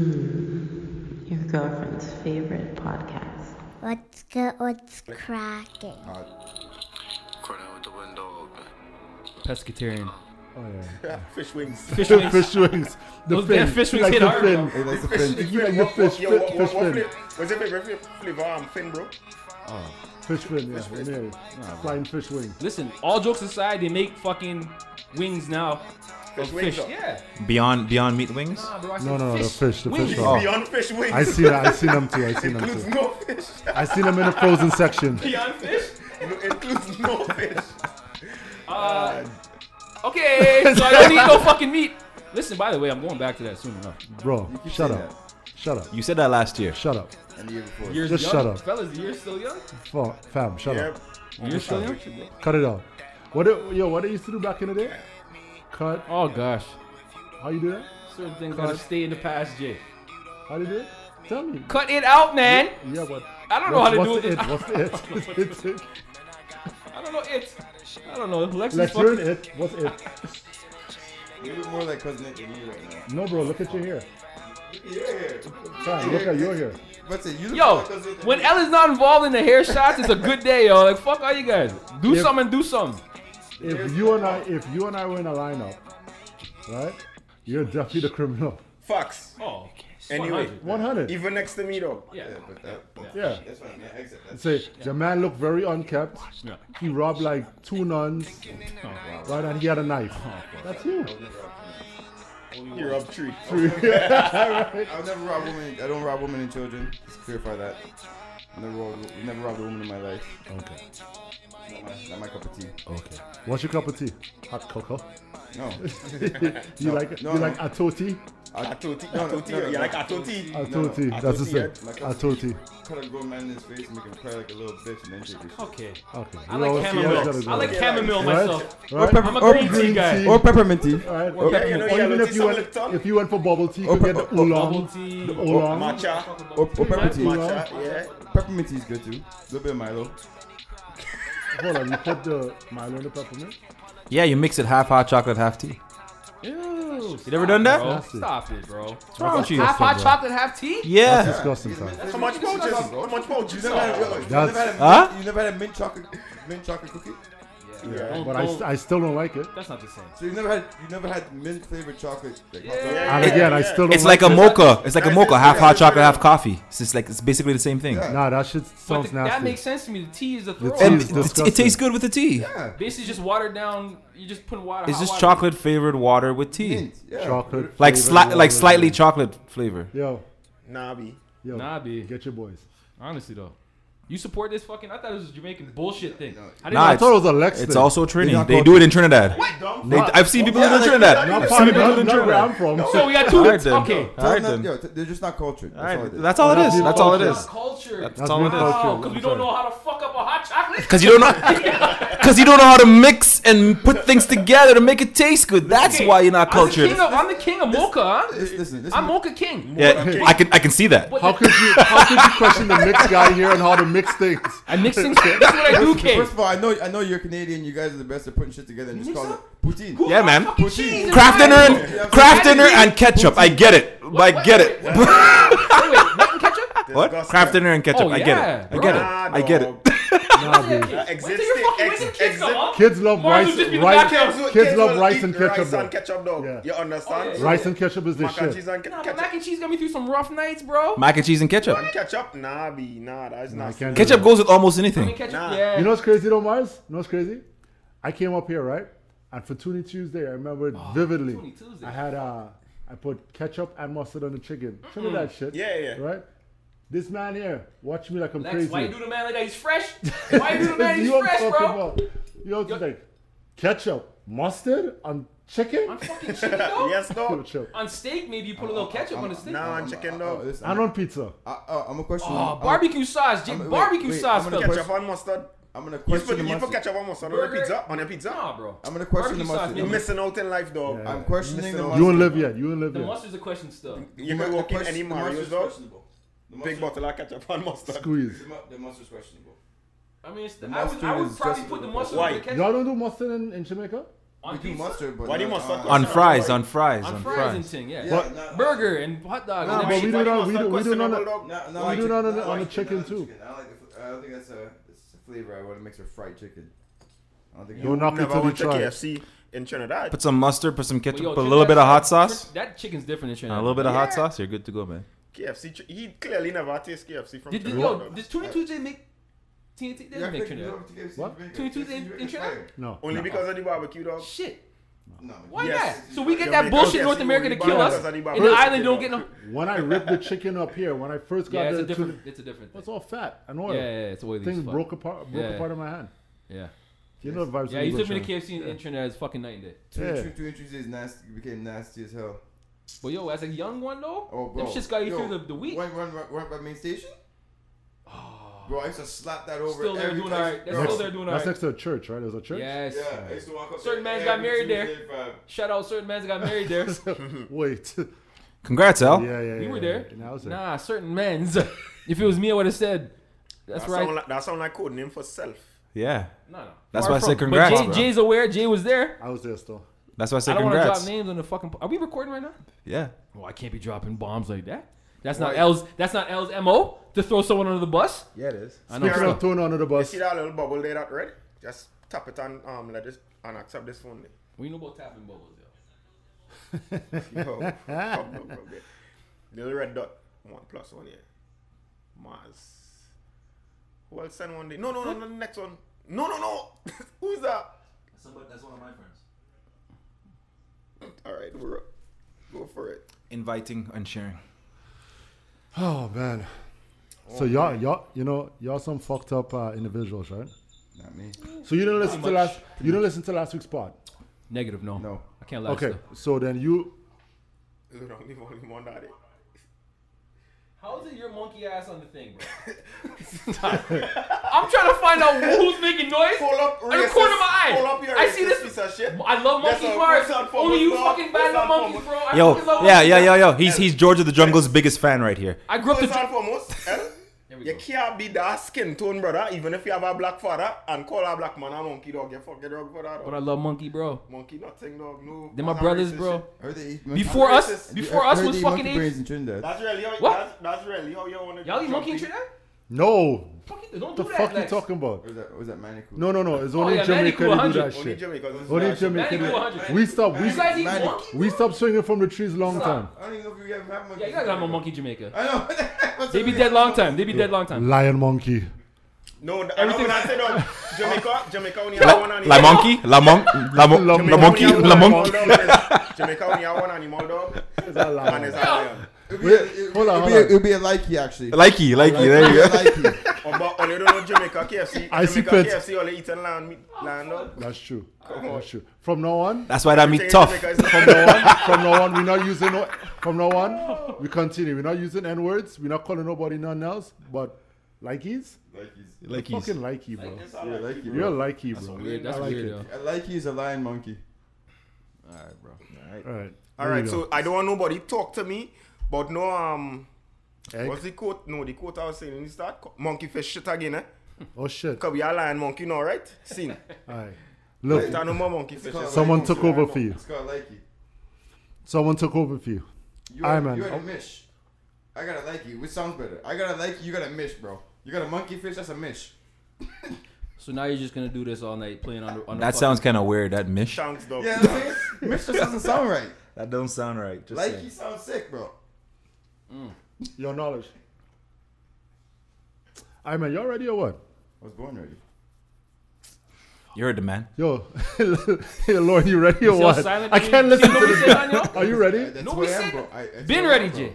Mm, your girlfriend's favorite podcast. What's good? What's cracking? Corner with the window open. Pescatarian. Oh yeah. Fish wings. Fish The wings. fish wings. The Those fin. damn fish You wings like hit the hard, fin. Hey, The like the fish. fin. You like the What- what- fish. yo, Fi- what- Fish what fin. flavor- What's your favorite flavor- flavor? Um, fin, bro. Fish fin. Yeah. Mary. Flying fish wing. Listen, all jokes aside, they make fucking wings now. Fish of wings, fish. though. Yeah. Beyond Beyond meat wings. Nah, bro, I No, said no, the fish. fish, the wings. fish one. Oh. Beyond fish wings. I see that. I seen them too. I seen them Includes too. no fish. I seen them in the frozen section. Beyond fish. Includes no fish. Uh, okay, so I don't need no fucking meat. Listen, by the way, I'm going back to that soon enough. Bro, keep shut saying up. Shut up. You said that last year. Shut up. And the year before. Years Just young. shut up. fellas. You're still young. Fa- Fam, shut Yeah. up. You're still young. Cut it out. What it, yo, what it used to do back in the day? Cut. Oh gosh, How you do that? certain things gotta stay in the past, Jay. How you do it? Tell me. Cut it out, man. Yeah, but I don't know how to what's do the it. it. What's the it? It's it. I don't know it. I don't know. Lex is Let's hear fucking. it. What's it? You're more like cousin Nick than me right now. No, bro, look at your hair. Yeah. Fam, look at your hair. But say, you look Yo, like cousin Nick. when Ella's not involved in the hair shots, it's a good day, yo. Like fuck all you guys. Do Yeah. something. Do something. If you and I, if you and I were in a lineup, right? You're definitely the criminal. Fox. Oh. Anyway. 100. 100. Even next to me, though. Yeah. but that, but Yeah. that's fine. Yeah, exit. That's Say the man looked very unkept. Yeah. He robbed like two nuns, right? And he had a knife. That's you. You're up tree. I'll never rob women. I don't rob women and children. Just clarify that. I never robbed, never robbed a woman in my life. Okay. Oh. Not my, not my cup of tea. Okay. What's your cup of tea? Hot cocoa. No. you like no, you no. like atoti? Atoti. No, no, Atoti. no, no, You're no. like Atoti. Atoti. no, That's the atoti, same. yeah. My cup of Atoti. Cut a grown man in his face and make him cry like a little bitch and then take his shit. Okay. Okay. I You like always see each other chamomile. I doing like that. chamomile Right? myself. Right? pepper- I'm a green Or tea guy. Or peppermint tea. All right. Or Or, Yeah, you know, yeah, even like if tea, you, went, Samaritan. if you went for bubble tea, you Or could get pe- the or Bubble oolong. tea. The oolong. Matcha. Or, or peppermint tea. Matcha. Matcha. Yeah. Peppermint tea is good too. A little bit of Milo. Hold on, you put the Milo in the peppermint? Yeah, you mix it half hot chocolate, half tea. Ew, You never done that? Bro, Nasty. stop it, bro. What's wrong with you? Half hot bro. chocolate, half tea? Yeah. Disgusting, fam. How much pouches? How much pouches? You never, had a- That's- you never had a mint, Huh? you never had a mint chocolate, mint chocolate cookie. Don't- But I, don't- st- I still don't like it. that's not the same. So you never had, you never had mint flavored chocolate. Like, Yeah. And again, I still don't It's like a it. mocha. It's like a Yeah, mocha, it's- half yeah, hot it's chocolate, very- half coffee. It's just like it's basically the same thing. Yeah. Nah, that shit But sounds th- nasty. that makes sense to me. The tea is a throw. And Tea is it- it, disgusting. tastes good with the tea. Basically, just watered down. You just putting water. It's hot just water. chocolate flavored water with tea, mint, yeah. Chocolate. like flavored sli- water. like slightly chocolate flavor. Yo, Nah, B. yo. Nah, B. Get your boys. Honestly though, you support this fucking? I thought it was a Jamaican bullshit thing. I didn't Nah, I know- it's- thought it was a Lex It's thing. also Trini. not They called- do it in Trinidad. They, Not- I've seen people do it in Trinidad. Not I've part seen of people do it in not where I'm Trinidad. from. so we got two. Alright then. okay. Tell Alright them then. that- yo, t- they're just not cultured. That's all it is. That's all it That's is. not That's all it culture. is. culture. That's That's all it not is. Wow, culture. because we I'm don't sorry. know how to fuck up a hot chocolate. Cause you don't know, cause you don't know how to mix and put things together to make it taste good. That's Okay, why you're not I'm cultured. the king of, I'm the king of mocha. Huh? Listen, listen, listen. I'm mocha king. Yeah, I can I can see that. What How the- could you how could you question the mixed guy here and how to mix things? I mix things. That's what I do, king. First of all, I know I know you're Canadian. You guys are the best at putting shit together and just think call so? it poutine. Who Yeah, the man. fuck is Poutine. cheese in Kraft Ireland? dinner and Kraft dinner and ketchup. I get it. I What- get wait, it. Wait, wait, wait, wait, what and ketchup? What? Disgusting. Kraft dinner and ketchup. Oh, I get yeah, it. I get it. Nah, I get it. dog. Nah, dude. Wait Existing till your fucking ex- wait till your kids come exist- up. Kids love Mars rice. would just be the Rice, backhouse. kids, will- love will rice eat and ketchup. Rice and Though. ketchup, dog. Yeah. You understand? yeah. Rice and ketchup is this Mac and cheese shit. and Nah, ketchup. but mac and cheese got me through some rough nights, bro. Mac and cheese and ketchup. And ketchup? Nah, B. Nah, that's I not. can't do Ketchup that. goes with almost I mean, anything. ketchup, Nah. yeah. You know what's crazy though, Mars? You know what's crazy? I came up here, right? And for Toonie Tuesday, I remember it vividly. Oh, Toonie Tuesday. I had uh I put ketchup and mustard on the chicken. Mm-hmm. Trinidad shit. Yeah, yeah. Right? This man here, watch me like I'm Lex, crazy. why you do the man like that? He's fresh. Why you do the man? He's You know what I'm fresh, talking bro. about. You know what I'm Yo- saying? Ketchup, mustard on chicken? On fucking chicken though. Yes, dog. Ketchup. On steak, maybe you put a little ketchup on the steak. Nah, and Oh, chicken, oh, dog. listen, And I'm, on pizza. I, oh, I'm a question. Oh, I'm- barbecue sauce, Jake. I'm- wait, Barbecue wait, sauce, I'm though. gonna Ketchup and mustard. I'm gonna You question put, the you put mustard. ketchup and mustard on your Burger. pizza? On your pizza? Nah, bro. I'm gonna question Barbecue the sauce, mustard. maybe. You're missing out in life, dog. Yeah. I'm questioning the You mustard. You won't live yet. You won't live The yet. mustard's a question still. You can walk in any The mustard's Mario's, dog. questionable. The Big mustard- bottle of ketchup and mustard. Squeeze. the mu- The mustard's questionable. I mean, it's the, The I would, I mustard would is probably just put a the little mustard on bit. the Why? ketchup. Y'all don't do mustard in, in Jamaica? On We do pizza? mustard, but Why do you not uh, want stuff On Sorry, fries, sorry. on fries, On on fries and fries. thing, yeah. Yeah, not- Burger and hot dog. Oh, Nah, and but we everything. do it on we do we do it on the, Questionable No, We no, I do it on like chicken. the- No, on I the like chicken, chicken, not too. chicken. I like the f- I don't think that's a, it's a flavor. I want to mix with fried chicken. I don't think. You'll knock it Never till you went to try. it. KFC in Trinidad. Put some mustard, put some But ketchup, yo, put a Trinidad- little bit of hot sauce. That chicken's different in And Trinidad. a little bit of hot Yeah. sauce, you're good to go, man. KFC, tr- he clearly never had taste KFC from Did, did, Trinidad. yo, though. did Twenty Tuesday make TNT? They didn't make Trinidad. What? Twenty Tuesday in in Trinidad. No. Only no. because of the barbecue, dog. Shit. No. Why Yes. not? So we get Yo, that because bullshit KFC North America to only kill us, burgers and and they the buy burgers. island don't get no. When I ripped the chicken up here, when I first got Yeah, it's the a different. It's a different it's thing. all fat and Yeah, oil. yeah, yeah, it's oily. as Things fuck. broke apart, broke Yeah. apart in my hand. Yeah. You know the vibes. Yeah, when you go took me to China. KFC in- in Trinidad. It's fucking night and day. Yeah. Two inches is nasty. Became nasty as hell. But yo, as a young one though, Oh, bro. them shits got you Yo, through the, the week. Oh. One, one, one, one by main station. Bro, I used to slap that over. Still there every doing time. alright. They're Bro. still there doing That's alright. next to a church, right? There's a church. Yes. Yeah, I used to walk up Certain there man's got every married there. Tuesday, fam. Shout out certain man's got married there. Wait. yeah, Congrats, Al. yeah, yeah. You were yeah, there. And I was there. Nah, certain men's. if it was me, I would have said, "That's That right." sound like, that sound like code name for self. Yeah. no, no. That's Far why I said from. congrats, But bro. Jay, Jay's aware. Jay was there. I was there still. That's why I I said don't want to drop congrats. names on the fucking. Are we recording right now? Yeah. Oh, I can't be dropping bombs like that. That's not L's. That's not L's mo to throw someone under the bus. Yeah, it is. I Speaking know. of throwing under the You bus, see that little bubble there that red? Just tap it on um let this and accept this phone. there. We know about tapping bubbles, yo. Yo, come, come, come, there. little red dot. One plus one, yeah. Mars. Who else send one day? No, no, no, no, the next one. No, no, no. Who's that? Somebody, that's one of my friends. All right, we're up. Go for it. Inviting and sharing. oh man. So y'all, y'all, you know, y'all some fucked up uh, individuals, right? Not me. So you didn't listen to much. last, you didn't listen to last week's pod. Negative, no. No. I can't lie. Okay, still. so then you, There's only one on that day. How is it your monkey ass on the thing, bro? I'm trying to find out who's making noise. Pull up, In the corner of my racist- eye. Pull up your I see racist this- piece of shit. I love That's monkeys, a- Mark. that's a Only you form of fucking love. bad That's love a monkeys, form bro. I Yo, fucking love yeah, monkeys. yeah, yo, yo. He's he's George of the Jungle's biggest fan right here. I grew up First to. and foremost, eh, Here we you go. can't be that skin tone, brother, even if you have a black father and call a black man a monkey dog. You fucking dog for that. But Dog. I love monkey, bro. monkey nothing, dog. No. They're my That's brothers, racist bro. shit. I heard they eat monkey- Before us, racist. before I us heard was they eat fucking monkey brains apes. in Trinidad. That's really how. What? That's, that's really how you want to. Y'all eat monkey in Trinidad? no, Fuck it, don't the do that. fuck you Lex. talking about? Or was that was that Manicoot? No, no, no. It's only Oh, yeah, Jamaica Manicoot, to do 100. that Only shit. Jamaica. 'cause it's Only not- Jamaica. Manicoot, do- 100. We stop. We You guys eat Magic. monkey? we stopped swinging from the trees long time. Stop. I don't even know if we have monkey. Yeah, you guys have a monkey in Jamaica. I know. They be dead long time. They be dead long time. Lion monkey. No, Everything- everything I said on Jamaica. Jamaica only La, have one la animal. monkey, la monk, la, mon- la Jamaica monkey, Only have la one animal, monkey. dog. Jamaica only have one animal, dog. Is that And it's a lion? lion. It'd be, it, Hold on, it'd, hold be, on. it'd be a likey actually. Likey, likey, there you go. It'd be a likey. Oh, but only don't know Jamaica KFC. I see Jamaica pets. KFC only eating land meat, land dog. That's true. That's true. From now on, That's why that meat Everything in tough. Jamaica is from now on, from now on, we're not using. No, from now on, we continue. We're not using n words. We're not calling nobody none else. But likeys, Likeys. fucking likey, bro. Yeah, likey, You're bro. likey, bro. Weird, that's I like weird, it. yo. A likey is a lion monkey. All right. All there right, you so go. I don't want nobody talk to me, but no um, Egg? what's the quote? No, the quote I was saying is that co- monkey fish shit again, eh? oh shit. Cause we are lion monkey now, right? Seen. All right. Ain't Look, no more monkey fish. called someone Likey, took so I over know. for you. It's called likey. Someone took over for you. You Aye, are, man. you are Oh. a mish. I got a likey. Which sounds better? I got a likey. You got a mish, bro. You got a monkey fish. That's a mish. So now you're just gonna do this all night playing on the. On the That sound fucking- sounds kind of weird. That mish. Thanks, dog. Yeah, that's it. mish just doesn't sound right. That don't sound right. Just Likey sounds sick, bro. Mm. Your knowledge. All right, man. Y'all ready or what? I was born ready. You heard the man. Yo, hey, Lauren, you ready or so what? silent, I dude. can't See, listen to nobody this. said nothing, yo? Are you ready? That's No, where we I am, said- bro. I, that's Been where I ready, am, bro. Jay.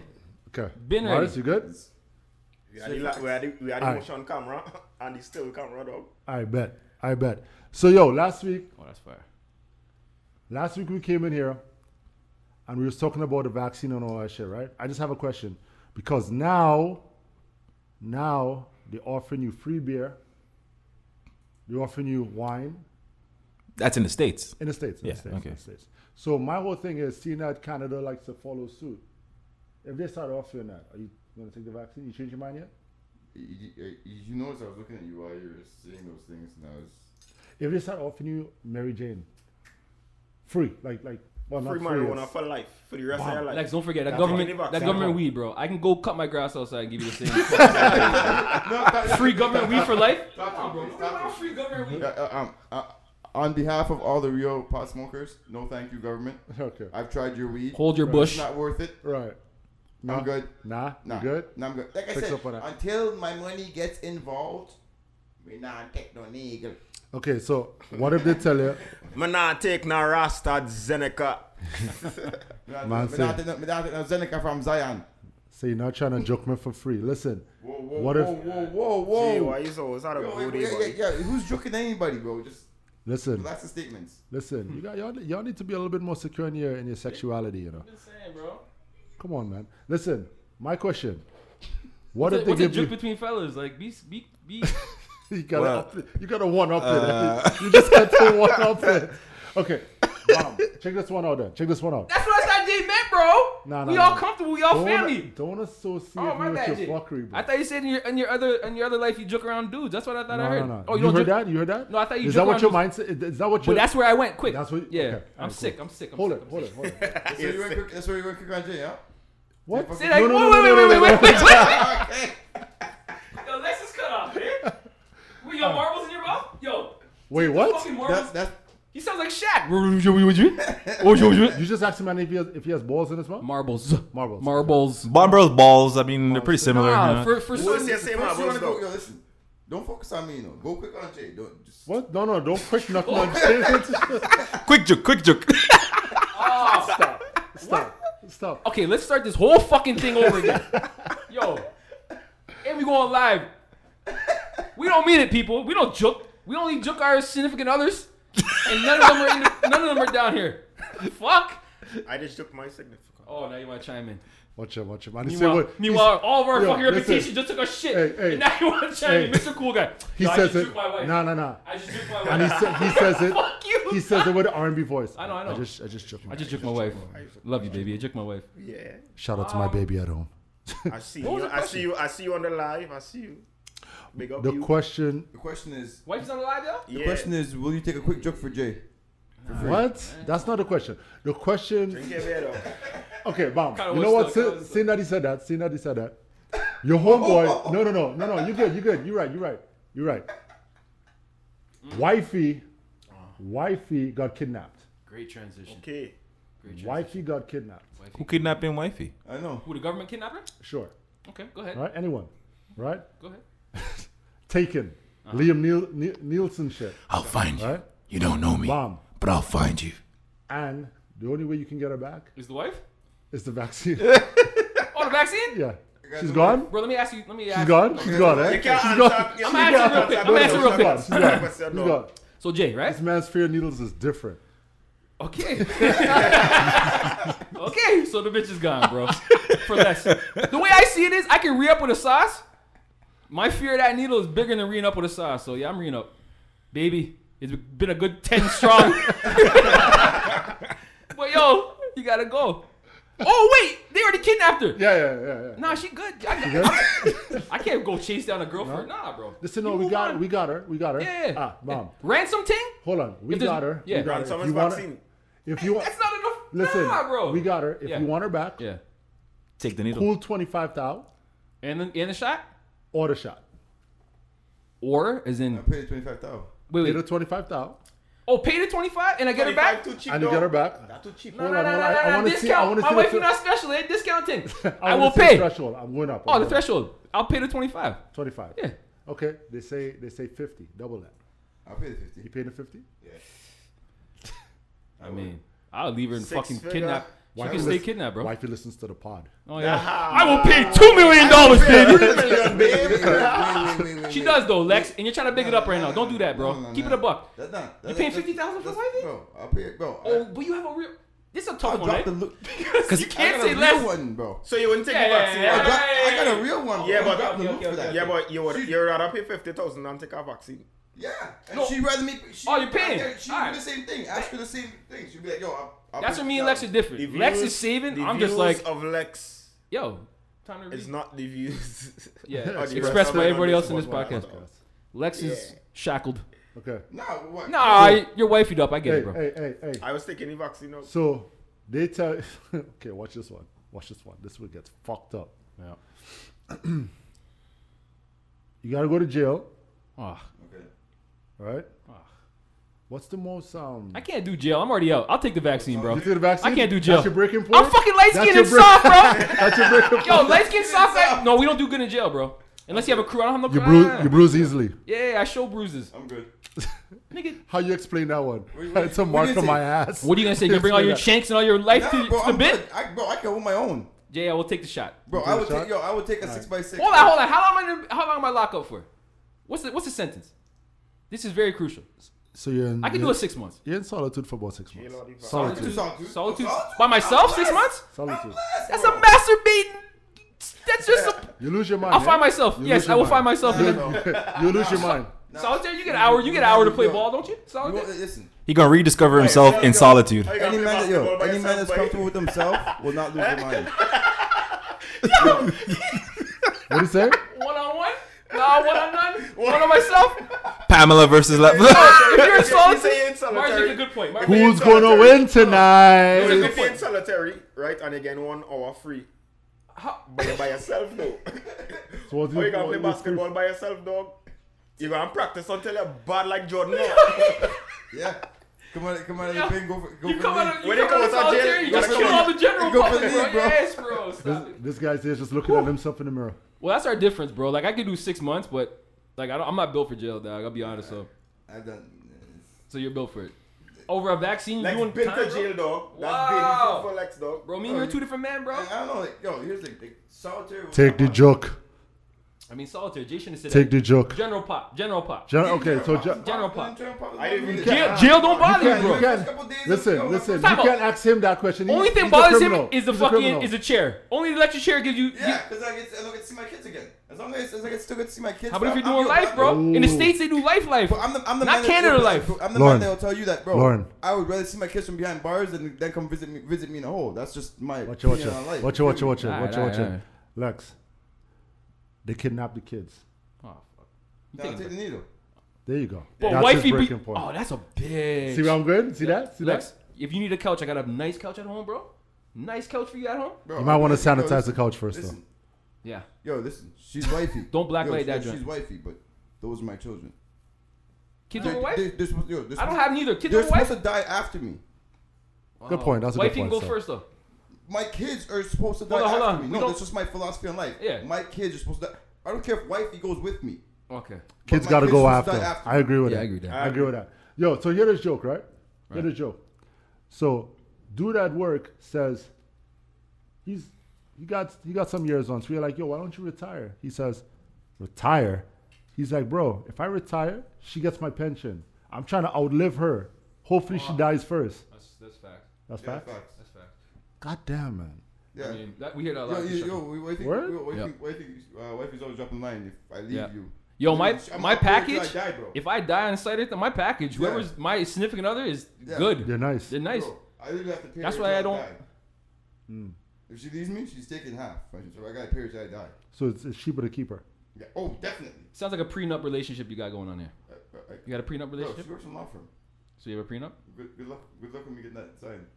Okay. Been Morris, ready. you good? We had the, la- we had the, we had the Alright. motion camera and the still camera, dog. I bet. I bet. So, yo, last week, Oh, that's fire. last week we came in here, and we was talking about the vaccine and all that shit, right? I just have a question because now, now they're offering you free beer. They're offering you wine That's in the states. in the states. In Yeah, the states, okay. in the states. So my whole thing is seeing that Canada likes to follow suit. If they start offering that, are you going to take the vaccine? You change your mind yet? You, you, you notice I was looking at you while you were saying those things, and I was. If they start offering you Mary Jane, free, like like well, Free not free. marijuana it's- for life, for the rest of your life. Lex, don't forget that That's government what I that did. government weed, bro. I can go cut my grass outside and give you the same. Ah, free government weed for life? Free government weed. Uh, uh, um, uh, on behalf of all the real pot smokers, no thank you, government. Okay. I've tried your weed. Hold your It's bush. not worth it. Right. I'm good. Nah. Nah, You good? Nah, I'm good. Like I Fix said, up on that. until my money gets involved, we're not techno nigga. Okay. So what if they tell you? Man, nah, take no Rasta Zeneca. We're not- Man we're not said- techno- we're not techno Zeneca from Zion. So you're not trying to joke me for free. Listen. Whoa, whoa, what whoa, if? whoa, whoa, whoa. Gee, why you so? It's not a Yo, good yeah, yeah, day, yeah, Who's joking anybody, bro? Just Listen. that's the statements. Listen. You got y'all, y'all need to be a little bit more secure in your in your sexuality. You know. Come on, man. Listen. My question. What if What's they a give joke you? between fellas? Like, be, be, be. You gotta Well, up it. You gotta one up uh, it. You just got to one up it. Okay. Mom, check this one out. Then check this one out. That's what I said, J meant, bro. Nah, nah, we all nah. comfortable. We all Don't wanna- family. Don't associate Oh me my bad, with J. your fuckery, bro. I thought you said in your in your other in your other life you joke around dudes. That's what I thought I No, heard. no, no. Oh, you, you, don't heard joke- that? You heard that? No, I thought you Is joke that around what your those- mindset? Is is that what? But your- that's where I went quick. That's what- Yeah, okay. I'm Alright, sick. cool. I'm sick. I'm Hold sick, it, I'm hold sick. it, hold it. That's where you went, Kirk- that's where you went, Kirk Andre, yeah? What? See, like, No, no, whoa, no, wait, wait, no, no, wait, no, wait, wait, wait. Okay. Yo, Lex is cut off, man. Wait, your marbles in your mouth? Yo, Wait, what? fucking That's, marbles. that's, He sounds like Shaq. Oh, yo, yo. You just asked him man if he has, if he has balls in his mouth. Marbles. Marbles. Marbles. Bomber's balls. I mean, they're pretty similar. you Nah, know. for, for What's certain- your same first you about wanna go, though? yo, listen. Don't focus on me, you know. Go quick on Jay. Don't just. What? No, no, don't push nothing. on Jay. Quick joke, quick joke. Stop. Stop. Okay, let's start this whole fucking thing over again. Yo, and we going live. We don't mean it, people. We don't joke. We only joke our significant others, and none of them are in the, none of them are down here. Fuck. I just took my significant. Oh, now you want to chime in. Watch him, watch him. And he said Meanwhile, what? meanwhile oh, all of our Yo, fucking listen. reputation just took a shit, Hey, hey. and now you want to chime in, Hey. Mr. Cool Guy. He Yo, I says just it. juked my wife. No, no, no. I just juked my wife. And he, sa- he says it. Fuck you. He says it with an R&B voice. I know, I know. I just, I just shook my. I just juked my wife. Love you, baby. I juked my wife. Yeah. Shout out to Um, my baby at home. I see was you. the I question? see you. I see you on the live. I see you. Big up The you. question. The question is. Wife is on the live though. The yeah. question is, will you take a quick joke for Jay? What? That's not the question. The question. Drink your beer though. Okay, bomb. Kinda You know what? was stuck, Seeing kinda was that he said that, seeing that he said that, your homeboy. No, no, no, no, no. You good? You good? You right? You right? You right? Wifey, wifey got kidnapped. Great transition. Okay. Great transition. Wifey got kidnapped. Who kidnapping wifey? I know. Who the government kidnapper? Sure. Okay, go ahead. Right? Anyone? Right? Go ahead. Taken. Liam Niel- Niel- Nielsen shit. I'll find you. Right? You don't know me, Bomb. but I'll find you. And the only way you can get her back Is the wife? is the vaccine. Oh, the vaccine? yeah. She's gone. Bro, let me ask you. Let me ask. She's gone. She's gone. Eh? You She's can't gone. answer. you I'm can't answering real quick. I'm answering real She's gone. quick. She's gone. She's Question, no. gone. So Jay, right? This man's fear of needles is different. Okay. okay. So the bitch is gone, bro. For less. The way I see it is, I can re up with a sauce. My fear of that needle is bigger than re up with a sauce. So yeah, I'm re up. Baby, it's been a good ten strong. but yo, you gotta go. Oh wait, they already kidnapped her. Yeah, yeah, yeah, yeah. Nah, she good. I, I can't go chase down a girl for her. Nah, bro. Listen, no, You we move got on. we got her. We got her. Yeah. Ah, mom. Ransom ting? Hold on. We If there's- got her. yeah. We got her. Ransom's If you want her, vaccine. if you want, That's not enough. listen, nah, bro. we got her. If Yeah. you want her back, Yeah. Take the needle. cool twenty five thou And the, and the shot? or the shot. Or as in I paid 25,000. Pay wait the wait. twenty five thou Oh, pay the twenty five and I get her Twenty-five back. Too cheap, and you though. get her back. That too cheap. No, Hold no, on, no, hold no, on. I no, no. wanna see- I Discount. wanna My see the wife, fir- you're not special. They discounting. I, wanna will see the pay. Threshold. I'm going up. Oh, the threshold. I'll pay the twenty five. Twenty five. Yeah. Okay. They say they say fifty. Double that. I'll pay the You 50. paying the fifty? I mean, I'll leave her in Six fucking figure. kidnap. She Wifey can stay listen- kidnapped, bro. Wifey listens to the pod. Oh yeah. I will pay two million dollars, baby. Million, baby. Wait, wait, wait, wait, wait, She wait. does though, Lex, and you're trying to big it up right No, now. no, Don't do that, no, bro. no, no, Keep it no. a buck. That's not. That's, paying that's- 50,000 for that's- wifey? Bro, I'll pay it, bro. Oh, but you have a real. This is a tough Uh, I, I one, right? dropped the look. Because you I can't got say a less. real one, bro. So you wouldn't take Yeah, the yeah, vaccine? yeah, I right? got, I got a real one. bro. Yeah, I but- dropped the okay, look okay, for that. okay, Yeah, but you would you would rather pay fifty thousand than take a vaccine. Yeah, and No. she'd rather me. She, Oh, you're paying. She All would right. do the same thing. Ask her the same thing. She'd be like, "Yo, I'll, I'll That's pay where me and $50. Lex are different. The Lex views- is saving. the I'm just views like, of Lex yo, time to is read. not the views. Yeah, of the expressed rest of by it on everybody else in this one. podcast. Lex is shackled. Okay. Nah, what? Nah, your wife you up. I get Hey, it, bro. hey, hey, hey. I was taking the vaccine now. So they tell okay, watch this one. Watch this one. This one gets fucked up. Yeah. you gotta go to jail, Ah, Okay. all right? What's the most um I can't do jail. I'm already out. I'll take the vaccine, bro. you took the vaccine? I can't do jail. That's your breaking point. I'm fucking light That's skinned your and break- soft, bro. That's your breaking point. Yo, light skinned soft. I- no, we don't do good in jail, bro. Unless you have a crew. I don't have no You crew. bruise, you bruise easily. Yeah, I show bruises. I'm good. Nigga, How you explain that one? what- it's a what mark is on it? my ass. what are you gonna say? You bring all your Explain shanks and all your life Nah, to, bro, to the I'm bit? good. I, bro, I can hold my own. Yeah, we'll take the shot. Bro, do I a would shot? take yo. I would take a six by six. Hold on, hold on. How long am I? gonna- How long am I locked up for? What's the What's the sentence? This is very crucial. that. So you're in, I can you're, do a six months. You're in solitude for about six months. Jail or the- Solitude. Solitude. Solitude Solitude. by myself, six months. Solitude. That's a masturbating. That's just. A, You lose your mind. I'll yeah? find myself. You Yes, lose I your will find mind. myself. in a- you lose your mind. Solitaire, you get an hour. You get an hour to play ball, don't you? You want, Solitaire. listen, He gonna rediscover himself in solitude. How you any gonna play man, that, yo, basketball by any yourself, man that's boy? comfortable with himself will not lose their mind. What do you say? One on one. Nah, one on none. One on myself. Pamela versus left. If you're in say solitude, it's Mars, you solitary. get a good point. Mars, Who's solitary. gonna win Who's tonight? gonna- If you're in solitary, right, and again one hour free. But you're by yourself, though. So what do How you gonna what play do basketball by yourself, dog? You gonna practice until you're bad like Jordan. now. Yeah. Come on, come on, Yeah. you been go for go you for come the out of league. you When it come out of comes out jail, solitary, you you just kill gotta come all in. the general Go for public, the bro. league, bro. Yes, bro. Stop it. This guy's here just looking at himself in the mirror. Well, that's our difference, bro. Like I could do six months, but like I don't, I'm not built for jail, dog. I'll be honest. So, I've done. so you're built for it. Over a vaccine, Lex you and been time, to jail, dog. That's Wow. been for Lex, dog. bro. Me and you're two different men, bro. I, I don't know. Like, yo, here's the thing. Solitary. will Take the not- joke. I mean, solitaire. Jay shouldn't have said Take that. the joke. General pop. General pop. Gen- okay, so gen- General Pop. pop. I didn't even Jail, jail don't bother you, you bro. can Couple days listen, ago, listen. You Time out. can't ask him that question. He's- Only thing he's a bothers him criminal. is the He's a fucking criminal. is the chair. Only the electric chair gives you. Yeah, because I get to, I don't get to see my kids again. As long as, as I get still get to see my kids. How about if I'm- you're doing I'm- life, bro? In the Ooh. states, they do life, life. But I'm the, I'm the Not man that- Canada yo, life. I'm the Lauren. man that will tell you that, bro. Lauren. I would rather see my kids from behind bars than than come visit me visit me in a hole. That's just my Watch it, watch opinion on it. life. Watch it, watch it, watch it, Alright, watch it, alright, watch it. alright. Lex, they kidnapped the kids. Now, take the needle. There you go. But That's wifey his be. breaking Oh, point. that's a bitch. See where I'm going? See that? See Lex, that? if you need a couch, I got a nice couch at home, bro. Nice couch for you at home. Bro, You might want to yo, sanitize the listen- couch first, though. Listen, Yeah. yo, listen. She's wifey. Don't blacklight Yo, she- that joint. She's wifey, but those are my children. Kids They- over wife. they- they're supposed- yo, they're I don't supposed- have neither. Kids They're over supposed wife. to die after me. Good point. That's a Wife good can point. go sir. first though. My kids are supposed to die Hold on, hold after on. me. We No, don't- that's just my philosophy on life. Yeah. My kids are supposed to die. I don't care if wifey goes with me. Okay. Kids my got to kids go supposed after. to die after I me. agree with Yeah, that. I agree with that. I agree with that. Yo, so hear this joke, right? Hear this joke. So, dude at work says, he's he got he got some years on. So we're like, yo, why don't you retire? He says, retire. He's like, bro, if I retire, she gets my pension. I'm trying to outlive her. Hopefully, she dies first. That's that's fact. That's Yeah, fact. facts. That's fact. God damn, man. Yeah. I mean, that, we hear that a Yo, lot. in yo, construction. yo, wifey, Word? yo, wifey, Yeah. wifey, uh, wifey's always dropping line. If I leave Yeah. you, Yo, my my I'm up here till I package. die, bro. If I die on site, my package, Yeah. whoever's my significant other is Yeah. good. They're nice. They're nice. Bro, I literally have to pay That's her why till I don't- die. Hmm. If she leaves me, she's taking half. right? So I gotta pay her till I die. So it's, it's cheaper to keep her. Yeah. Oh, definitely. Sounds like a prenup relationship you got going on there. Uh, uh, uh, You got a prenup Bro, relationship? she works in law firm. So you have a prenup? Good, good luck. Good luck when we get that signed.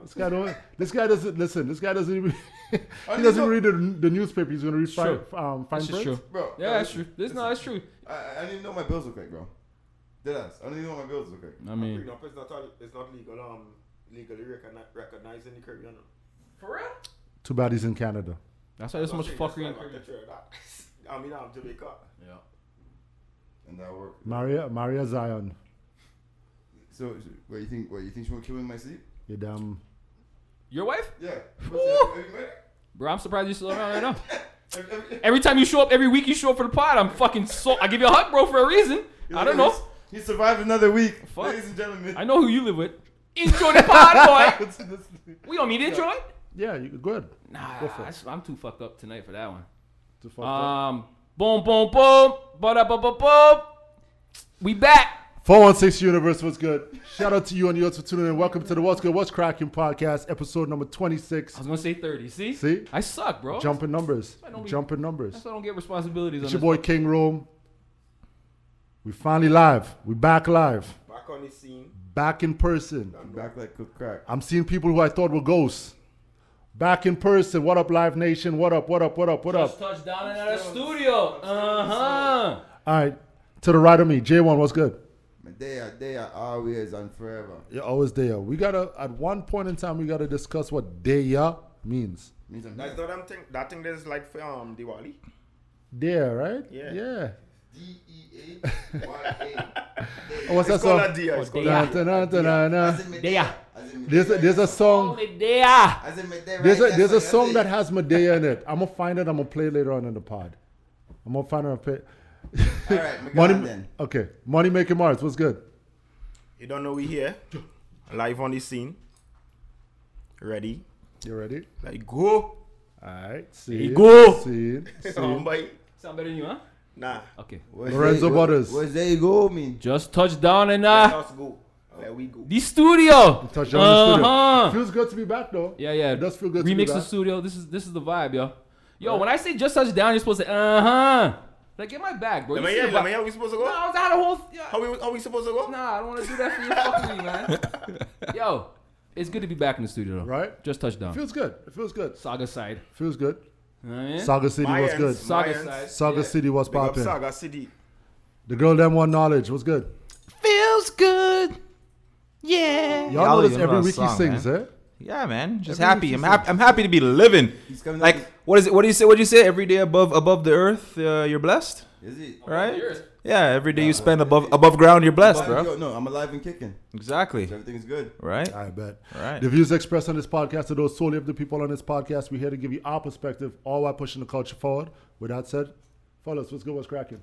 This guy don't. This guy doesn't listen. This guy doesn't even. he I doesn't even know- read the, the newspaper. He's gonna read Oh, Sure. fine, um, fine This is print. true. Bro, Yeah, no, that's listen, true. This no, that's true. I, I I don't even know what my bills look like, bro. Deadass. I don't even know what my bills look like. I mean, Prenup is not, it's not legal, um, legally recogni- recognized in the Caribbean. for real? Too bad he's in Canada. That's why there's so much That's why fuckery. in I'm Korea. not sure of that. I mean, I'm Jamaica. Yeah. And that work. Maria, Maria Zion. So, so what you think? What you think she won't kill me in my sleep? You damn. Your wife? Yeah. Ooh. Have you met her? Bro, I'm surprised you're still around right now. Have- have you- Every time you show up, every week you show up for the pod, I'm fucking so. I give you a hug, bro, for a reason. I don't know. He survived another week, Fuck. ladies and gentlemen. I know who you live with. Intro the pod, boy. We don't need to intro it. Yeah, you good. Nah, Go for it. Uh, that's- I'm too fucked up tonight for that one. To fuck up. Um, boom, boom, boom, ba ba ba ba. We back. 416 Universe, what's good? Shout out to you and yours for tuning in. Welcome to the What's Good, What's Cracking podcast, episode number I 26. was gonna say 30. See, See? I suck, bro. Jumping numbers. I don't be- Jumping numbers. That's why I don't get responsibilities. It's on your this. boy King Rome. We finally live. We back live. Back on the scene. Back in person. Back like cook crack. I'm seeing people who I thought were ghosts. Back in person. What up, Live Nation? What up? What up? What up? What Just up? touched down in our studio. Uh huh. All right. To the right of me, J1, what's good? They are, they are always and forever. You're always there. We gotta at one point in time we gotta discuss what Deya means. Means I'm That's here. not them thing. That thing that's like for um Diwali. There, right? Yeah. Yeah. E D-E-A-Y-A. Oh, what's that It's song? called a Dia. It's Oh, called Dia. Na, na, a na, na, na. As in Medea. Dea. As in There's a, Medea. there's a song. Holy day. As in Medea, There's right? a there's a That's what I song say. that has Medea in it. I'm gonna find it. I'm gonna play it later on in the pod. I'm gonna find it. and play- All right, we got it Money. then. Okay. Money making Mars. What's good? You don't know we here. Live on the scene. Ready? You ready? Like go. All right. See. go. See. Somebody. Sound better than you, huh? Nah. Okay. Where's Lorenzo they- Butters. Where's they go, mean? Just touched down in Let uh us go. Let we go. the studio. Touch down in the studio. Uh-huh. Feels good to be back though. Yeah, yeah. It does feel good. Remix to be the back. studio. This is this is the vibe, yo. Yo, when I say just touch down, you're supposed to uh huh. Like get my bag, bro. Let You me see hear. the Let vibe. me hear. We supposed to No, go? I was out of whole. yeah. How we? How we supposed to go? Nah, I don't want to do that for you. Fuck me, man. Yo, it's good to be back in the studio, though. Right. Just touchdown. Feels good. It feels good. Saga side. Feels good. You know what I mean? Saga City was Mayans. good. Saga Mayans. side. Saga Yeah. City was Big up popping. Saga City. The girl them want knowledge. What's good? Feels good. Yeah. Y'all, know this every week he sings, eh? Yeah, man. Just Every week happy. he I'm happy. I'm happy to be living. He's coming Like, up with- what is it? What do you say? What do you say? Every day above above the earth, uh, you're blessed, Is it? right? Yours. Yeah. Every day you spend above above ground, you're blessed, bro. No, I'm alive and kicking. Exactly. So everything's good. Right. I bet. Right. The views expressed on this podcast are those solely of the people on this podcast. We're here to give you our perspective, all while pushing the culture forward. With that said, fellas, what's good? What's cracking?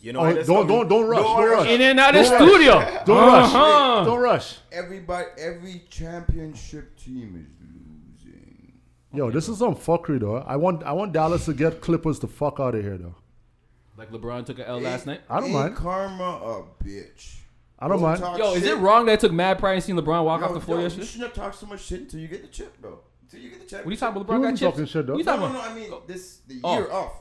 You know. Oh, where this don't, coming. don't, don't rush. Don't rush. In and out of Don't rush. studio. Don't rush. Uh-huh. Don't rush. Everybody, every championship team is losing. Yo, this is some fuckery, though. I want, I want Dallas to get Clippers the fuck out of here, though. Like LeBron took an L last night. I don't Ain't mind. Karma a bitch. I don't mind. Yo, is it wrong that I took mad pride in seeing LeBron walk off the floor You yesterday? should not talk so much shit until you get the chip, bro. Until you get the chip. What are you talking about? He LeBron got wasn't chips. talking shit, though. What you No, talking no, about? no. I mean, this the Oh. year off.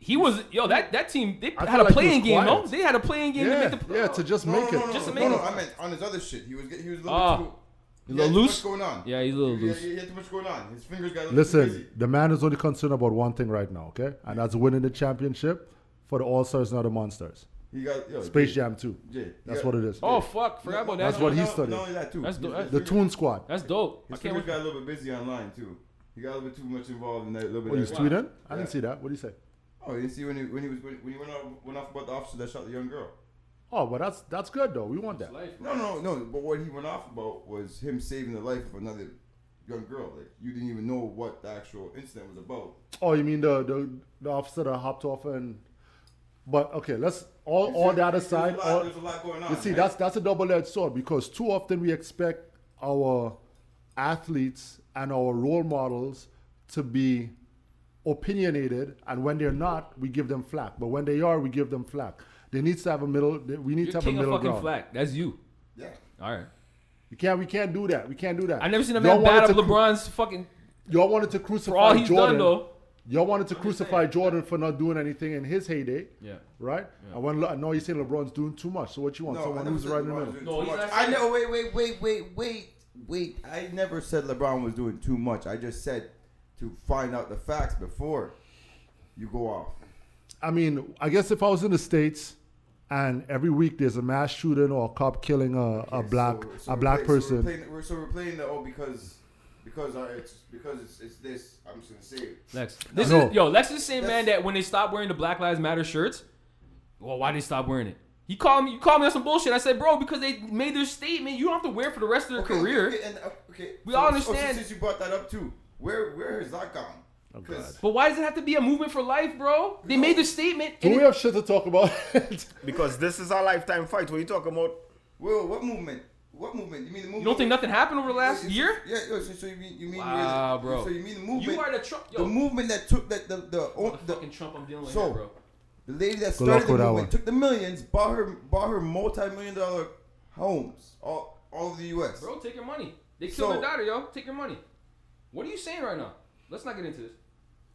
He was yo that that team they I had a feel like he playing was game. No, quiet. they had a playing game Yeah, to make the Oh, yeah, to just No, make no, no, it. no, Just no, to no, make no, it. I meant on his other shit. He was get- he was a little Ah. bit too. A he little had too much loose? going on. Yeah, he's a little He had- loose. He had too much going on. His fingers got a little too Listen, busy. the man is only concerned about one thing right now, okay? And that's winning the championship for the All Stars, not the Monsters. He got yo, Space Jay, Jam 2. Jay, That's yeah. what it is. Oh fuck, forgot about that. That's what he No, studied. Not only that too. That's do- His- that's- his The fingers- Toon Squad. That's dope. I His can't fingers wait. got a little bit busy online too. He got a little bit too much involved in that little bit. Oh, of he's that- tweeting? I didn't Yeah. see that. What do you say? Oh, you didn't see when he when he was when he went off went off about the officer that shot the young girl. Oh, but that's that's good though. We want that. No, no, no. But what he went off about was him saving the life of another young girl. Like you didn't even know what the actual incident was about. Oh, you mean the the, the officer that hopped off and? But okay, let's all You all see, that there's a aside. lot- all- there's a lot going on, You see, right? that's that's a double-edged sword because too often we expect our athletes and our role models to be opinionated, and when they're not, we give them flack. But when they are, we give them flack. They needs to have a middle. We You're need to have a king of middle fucking ground. flack. That's you. Yeah. All right. We can't. We can't do that. We can't do that. I never seen a Y'all man wanted bad up to cru- LeBron's fucking. Y'all wanted to crucify For all he's Jordan. done though. Y'all wanted to crucify Jordan for not doing anything in his heyday. Yeah. Right? And when Le- no, you're saying LeBron's doing too much. So what you want? No, I Someone never who's said right in the LeBron middle. was doing No, too he's much. not I saying- know. Wait, wait, wait, wait, wait, wait. I never said LeBron was doing too much. I just said to find out the facts before you go off. I mean, I guess if I was in the states, and every week there's a mass shooting or a cop killing a, a black So- so a we're black play- So we're, person. playing, we're, so we're playing the oh because because our, it's because it's, it's this. I'm just gonna say it. Lex. This No. is yo, Lex is the same man That's- that when they stopped wearing the Black Lives Matter shirts, well, why they stop wearing it? He called me you called me on some bullshit. I said, bro, because they made their statement, you don't have to wear it for the rest of your Okay, career. Okay, and, uh, okay. We all so- oh, so understand. since you brought that up too, where where has that gone? Oh God. But why does it have to be a movement for life, bro? They made the statement. Do And we it, have shit to talk about? Because this is our lifetime fight. What you talking about? Whoa, what movement? What movement? You mean the movement? you don't think nothing happened over the last Yeah, year? Yeah. yo, So, so you mean you mean Wow, where the- bro. So you mean the movement? You are the Trump. Yo, the movement that took that the the, the the, the, fucking Trump I'm dealing with, so- here, bro. the lady that luck started the with that one. movement took the millions, bought her bought her multi million dollar homes all all over the U.S. Bro, take your money. They killed So- their daughter, yo. Take your money. What are you saying right now? Let's not get into this.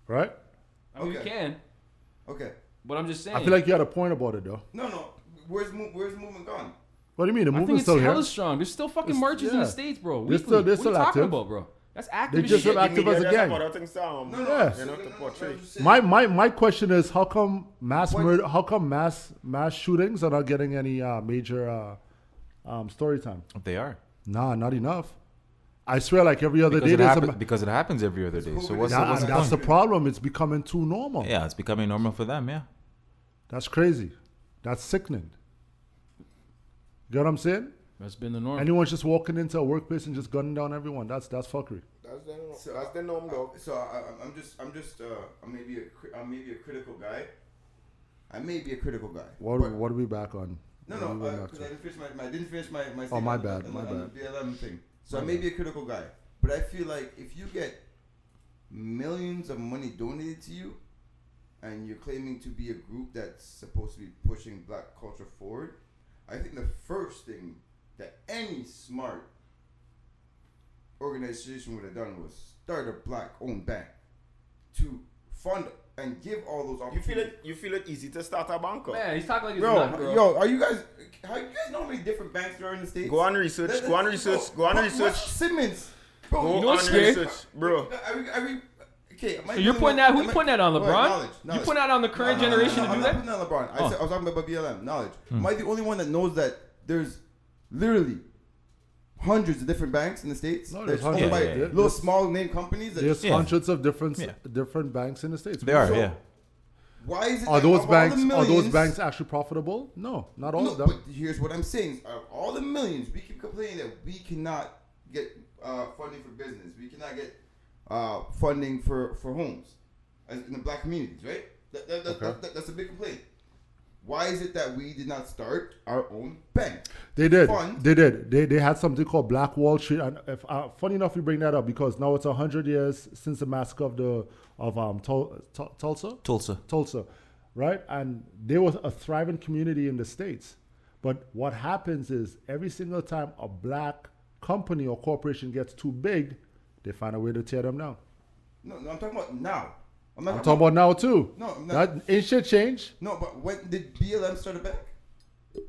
right? I mean, Okay. we can. Okay. But I'm just saying. I feel like you had a point about it, though. No, no. Where's mo- where's movement gone? What do you mean? The I think movement's it's still hella here. strong. There's still fucking It's- marches in yeah. the states, bro. They're Weekly. still- they're what still are you talking active. about, bro? That's active. They as just shit. about- active as a gang. um, No, no. Yes. no, no, no, no, no, just say- My my my question is, how come mass What- murder? How come mass mass shootings are not getting any uh, major uh, um, story time? They are. Nah, not enough. I swear, like every other Because day, it, there's a. happen- because it happens every other day. So what's, the, That- what's the that's the point? problem. It's becoming too normal. Yeah, it's becoming normal for them, yeah. That's crazy. That's sickening. You know what I'm saying? That's been the norm. Anyone's just walking into a workplace and just gunning down everyone. That's that's fuckery. That's the norm. That's the norm, though. So I, I- I'm just I'm just uh, I may be a cri- I may be a critical guy. I may be a critical guy. What but- what are we back on? No, What are we no, going uh, back 'cause to? Oh, I didn't finish my, my I didn't finish my my. my statement on bad, the- my on the bad. BLM thing. So I may be a critical guy, but I feel like if you get millions of money donated to you, and you're claiming to be a group that's supposed to be pushing Black culture forward, I think the first thing that any smart organization would have done was start a Black-owned bank to fund and give all those You opportunities. feel it? You feel it easy to start a bank? up? Man, he's talking like it's Bro, not, bro. yo, are you guys? How you guys know how many different banks there are in the states? Go on research. Go on research. Go on What- research. what Simmons. Bro, Go know on what's scary? research, bro. Are we, are we, okay, am So you're putting I dealing with- that? Who am you I- putting that on, Wait, LeBron? knowledge, You knowledge. putting that on the current No, no, no, generation no, to do I'm that? Oh. Hmm. not putting on LeBron. I, said, I was talking about BLM. Knowledge. Am I the only one that knows that there's literally hundreds of different banks in the states? No, that's there's owned hundreds. by Yeah, yeah, yeah. little small name companies. That There's Yeah. hundreds of different Yeah. different banks in the states. They are, So- yeah. why is it? Are that those of all the banks are those millions- banks actually profitable? No, not all No, of them. But here's what I'm saying: Out of all the millions, we keep complaining that we cannot get uh, funding for business. We cannot get uh, funding for for homes as in the black communities, right? That, that, that, that, that's a big complaint. Why is it that we did not start our own bank? They did. fund? They did. They they had something called Black Wall Street. And if, uh, funny enough, you bring that up because now it's hundred years since the massacre of the of um Tul- Tul- Tulsa. Tulsa. Tulsa, right? And they were a thriving community in the states. But what happens is every single time a black company or corporation gets too big, they find a way to tear them down. No, no I'm talking about now. I'm not I'm talking about now too. No, I'm not- that ain't shit change No, but when did BLM start a bank?